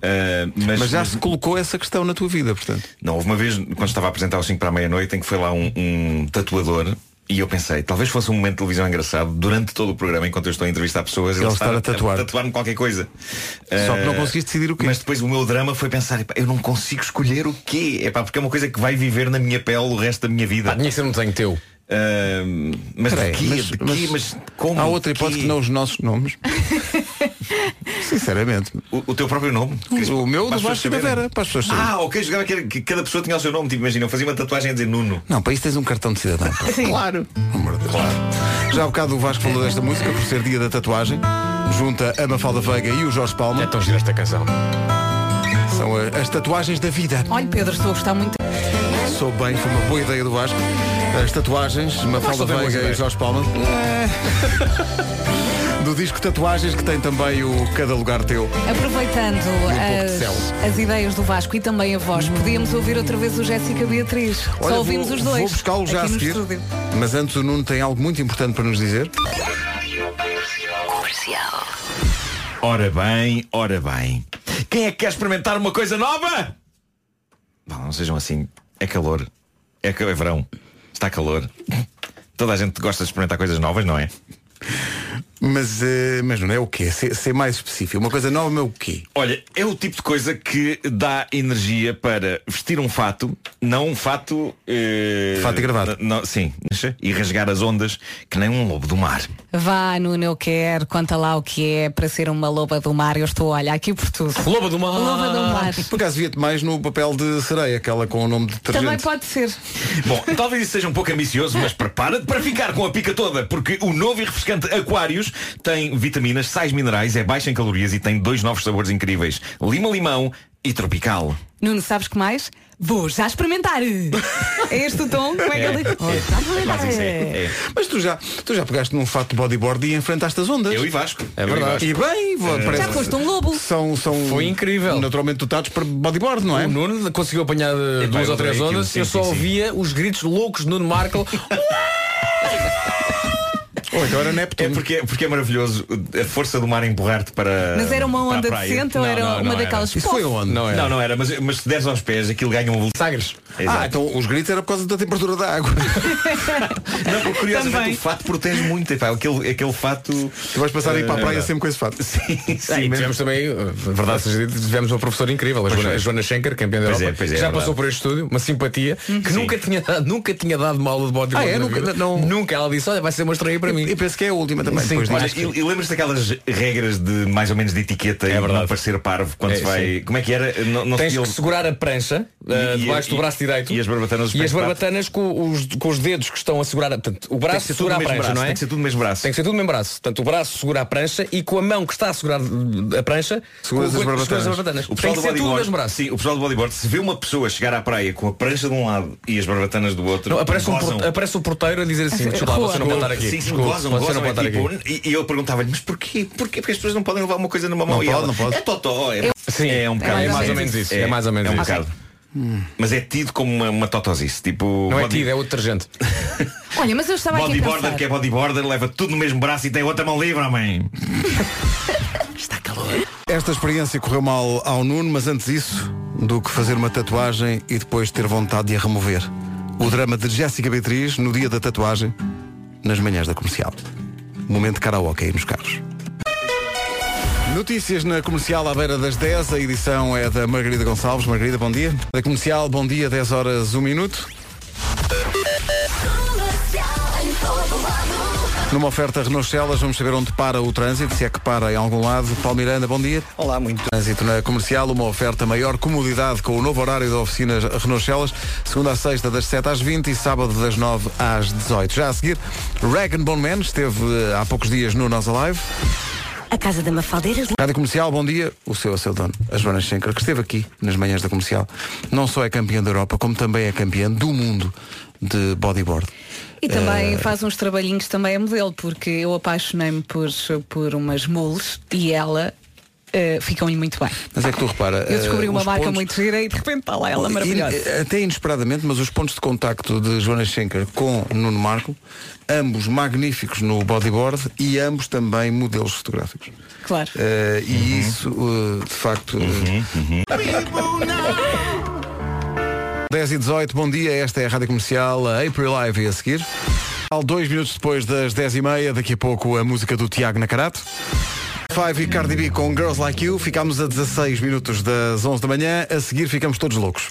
Ah, mas,
Mas já
mas-
se colocou essa questão na tua vida, portanto.
Não, houve uma vez, quando estava a apresentar o 5 para a meia-noite, em que foi lá um, um tatuador. E eu pensei, talvez fosse um momento de televisão engraçado durante todo o programa, enquanto eu estou a entrevistar pessoas,
Ele estar a tatuar.
tatuar-me qualquer coisa.
Só que não
Ah,
conseguiste decidir o quê?
Mas depois o meu drama foi pensar, "Epá, eu não consigo escolher o quê? Epá, porque é uma coisa que vai viver na minha pele o resto da minha vida.
Pá, tinha que ser um desenho teu.
Ah, mas
Espera aí,
de quê?
mas-
de quê?
mas
Mas, como?
Há outra
De
hipótese
quê?
que não os nossos nomes. Sinceramente.
O, o teu próprio nome? Cris?
O meu
Para
do
as pessoas
Vasco da
saberem.
Vera, para as pessoas saberem.
Ah, ok, jogava que, era- que cada pessoa tinha o seu nome. Tipo, imagina, eu fazia uma tatuagem a dizer Nuno.
Não, para isso tens um cartão de cidadão. pá.
Claro.
Amor de Deus. Já há bocado o Vasco falou desta música por ser dia da tatuagem. Junta a Mafalda Veiga e o Jorge
É
Palma.
tão gira esta canção.
São a- as tatuagens da vida.
Olha, Pedro, estou a gostar muito.
Sou bem, foi uma boa ideia do Vasco. As tatuagens, Mafalda
é? Vasco tem boas
Veiga e
ideias.
Jorge Palma. do disco Tatuagens, que tem também o Cada Lugar Teu.
Aproveitando
um pouco de céu.
as, as ideias do Vasco e também a voz, podíamos ouvir outra vez o Jéssica Beatriz.
Olha,
Só ouvimos
vou-
os dois.
Vou buscá-lo já
aqui
a
no
seguir.
estúdio.
Mas antes o Nuno tem algo muito importante para nos dizer.
Ora bem, ora bem. Quem é que quer experimentar uma coisa nova? Vá, Não, sejam assim. É calor. É, ca- é verão. Está calor. Toda a gente gosta de experimentar coisas novas, não é?
Mas, eh, mas não é o quê? Ser, ser mais específico. Uma coisa nova é o quê?
Olha, é o tipo de coisa que dá energia para vestir um fato, não um fato. eh,
Fato e gravata.
n- não- sim, e rasgar as ondas que nem um lobo do mar.
Vá, Nuno, eu quero, conta lá o que é para ser uma loba do mar. Eu estou, olha, aqui por tudo.
Loba do mar.
Loba do mar.
Por acaso via-te mais no papel de sereia, aquela com o nome de detergente.
Também pode ser.
Bom, talvez isso seja um pouco ambicioso, mas prepara-te para ficar com a pica toda, porque o novo e refrescante Aquários tem vitaminas, sais minerais, é baixo em calorias e tem dois novos sabores incríveis: lima-limão e tropical.
Nuno, sabes que mais? Vou já experimentar. é este o tom? Como é que ele Vou já
Mas isso é, é.
Mas tu já, tu já pegaste num fato de bodyboard e enfrentaste as ondas.
Eu e Vasco.
É
Eu e
verdade.
Vasco.
E bem, vou, parece-
Já foste um lobo.
São, são
Foi incrível. Um
naturalmente dotados para bodyboard, não é?
O Nuno conseguiu apanhar eh,
Epá,
duas
eu
ou três
adorei aquilo,
ondas.
sim,
eu
sim,
só
sim.
ouvia os gritos loucos de Nuno Markle.
Ou então era
É
Neptuno.
porque, porque é maravilhoso a força do mar empurrar-te para.
Mas era uma
para a
onda
praia.
decente ou
Tá Não,
era
não,
uma
não era.
daquelas
Isso foi onde?
Não é?
Não, não era, mas, mas se deres aos pés aquilo ganha um volume.
Sagres.
Ah,
Exato.
então os gritos era por causa da temperatura da água.
Não, porque curiosamente
Também.
o fato protege muito. Epá, aquele, aquele fato.
tu vais passar aí para a praia
Eh,
sempre com esse fato.
Sim, sim,
Sim,
mesmo.
tivemos também, eh, verdade seja dita, tivemos uma professora incrível, a Joana, a Joana Schenker, campeã da
Pois
Europa,
é, pois é,
que
é
já
verdade.
passou por este estúdio, uma simpatia, que nunca tinha, dado, nunca tinha dado uma aula de bodyboard.
Ah, é?
na
Nunca-
vida.
não-
nunca. Ela disse, olha, vai ser uma estreia para mim.
E penso que é a última também.
Sim,
depois
olha,
disto.
Olha, e, e lembras daquelas regras de mais ou menos de etiqueta e
É verdade.
não parecer parvo quando
É,
se vai. Como é que era? Não, não se
Tens
viu-
que segurar a prancha eh,
E- e-
debaixo do
e-
braço direito
e as barbatanas dos
e
pés
as
de pato.
barbatanas com os, com os dedos que estão a segurar a- portanto, o
Tem que
braço
ser tudo
segura
no
a
mesmo
prancha,
braço,
não é?
Tem que ser tudo no mesmo braço.
Tem que ser tudo no mesmo braço. Portanto, o braço segura a prancha e com a mão que está a segurar uh, a prancha,
Seguras
com-
as
com- seguras
barbatanas.
O
Tem
pessoal
que
do
ser tudo no mesmo
bodyboard,
braço.
sim, o pessoal do bodyboard, se vê uma pessoa chegar à praia com a prancha de um lado e as barbatanas do outro,
Não, aparece, um
gozam. é
porte- aparece o porteiro a dizer assim,
Assim,
desculpa,
rua.
você não pode estar aqui.
Sim, sim,
Desculpa,
gozam,
você não
gozam,
pode estar
é tipo,
aqui.
e, e eu perguntava-lhe, mas porquê? porquê? Porque as pessoas não podem levar uma coisa numa mão
Não
e
pode,
ela,
não pode.
É totó, é,
Sim,
é um bocado.
mais ou
isso,
menos isso, é mais ou menos
é um
isso.
bocado. Mas é tido como uma, uma totosice, tipo.
Não é
body-
tido, é outro detergente.
Olha, mas eu estava aqui a
Bodyboarder
pensar.
que é bodyboarder, leva tudo no mesmo braço e tem outra mão livre, homem.
Esta experiência correu mal ao Nuno, mas antes disso, do que fazer uma tatuagem e depois ter vontade de a remover. O drama de Jéssica Beatriz no dia da tatuagem, nas manhãs da comercial. Momento de karaoke aí nos carros. Notícias na comercial à beira das 10, a edição é da Margarida Gonçalves. Margarida, bom dia. Da comercial, bom dia, 10 horas, 1 minuto. Numa oferta Renault Celas, vamos saber onde para o trânsito, se é que para em algum lado. Paulo Miranda, bom dia.
Olá, muito.
Trânsito na comercial, uma oferta maior comodidade com o novo horário da oficina Renault Celas, segunda a sexta das 7 às 20 e sábado das 9 às 18. Já a seguir, Rag and Bone Man esteve eh, há poucos dias no Nós Alive.
A casa da Mafaldeira
Rádio Comercial, bom dia. O seu, a seu dono, a Joana Schenker, que esteve aqui nas manhãs da comercial. Não só é campeã da Europa, como também é campeã do mundo de bodyboard.
E também faz uns trabalhinhos, também é modelo, porque eu apaixonei-me por, por umas mules e ela eh, ficam-lhe muito bem.
Mas é que tu repara.
Eu descobri
eh,
uma
os
marca
pontos-
muito gira e de repente está lá ela
E,
maravilhosa.
eh, até inesperadamente, mas os pontos de contacto de Joana Schenker com Nuno Marco, ambos magníficos no bodyboard e ambos também modelos fotográficos.
Claro.
Eh, E isso, eh, de facto. eh, 10 e 18, bom dia, esta é a Rádio Comercial, a April Live e a seguir. Ao Dois minutos depois das 10 e meia, daqui a pouco a música do Tiago Nacarato. Five e Cardi B com Girls Like You, ficámos a 16 minutos das 11 da manhã, a seguir ficamos todos loucos.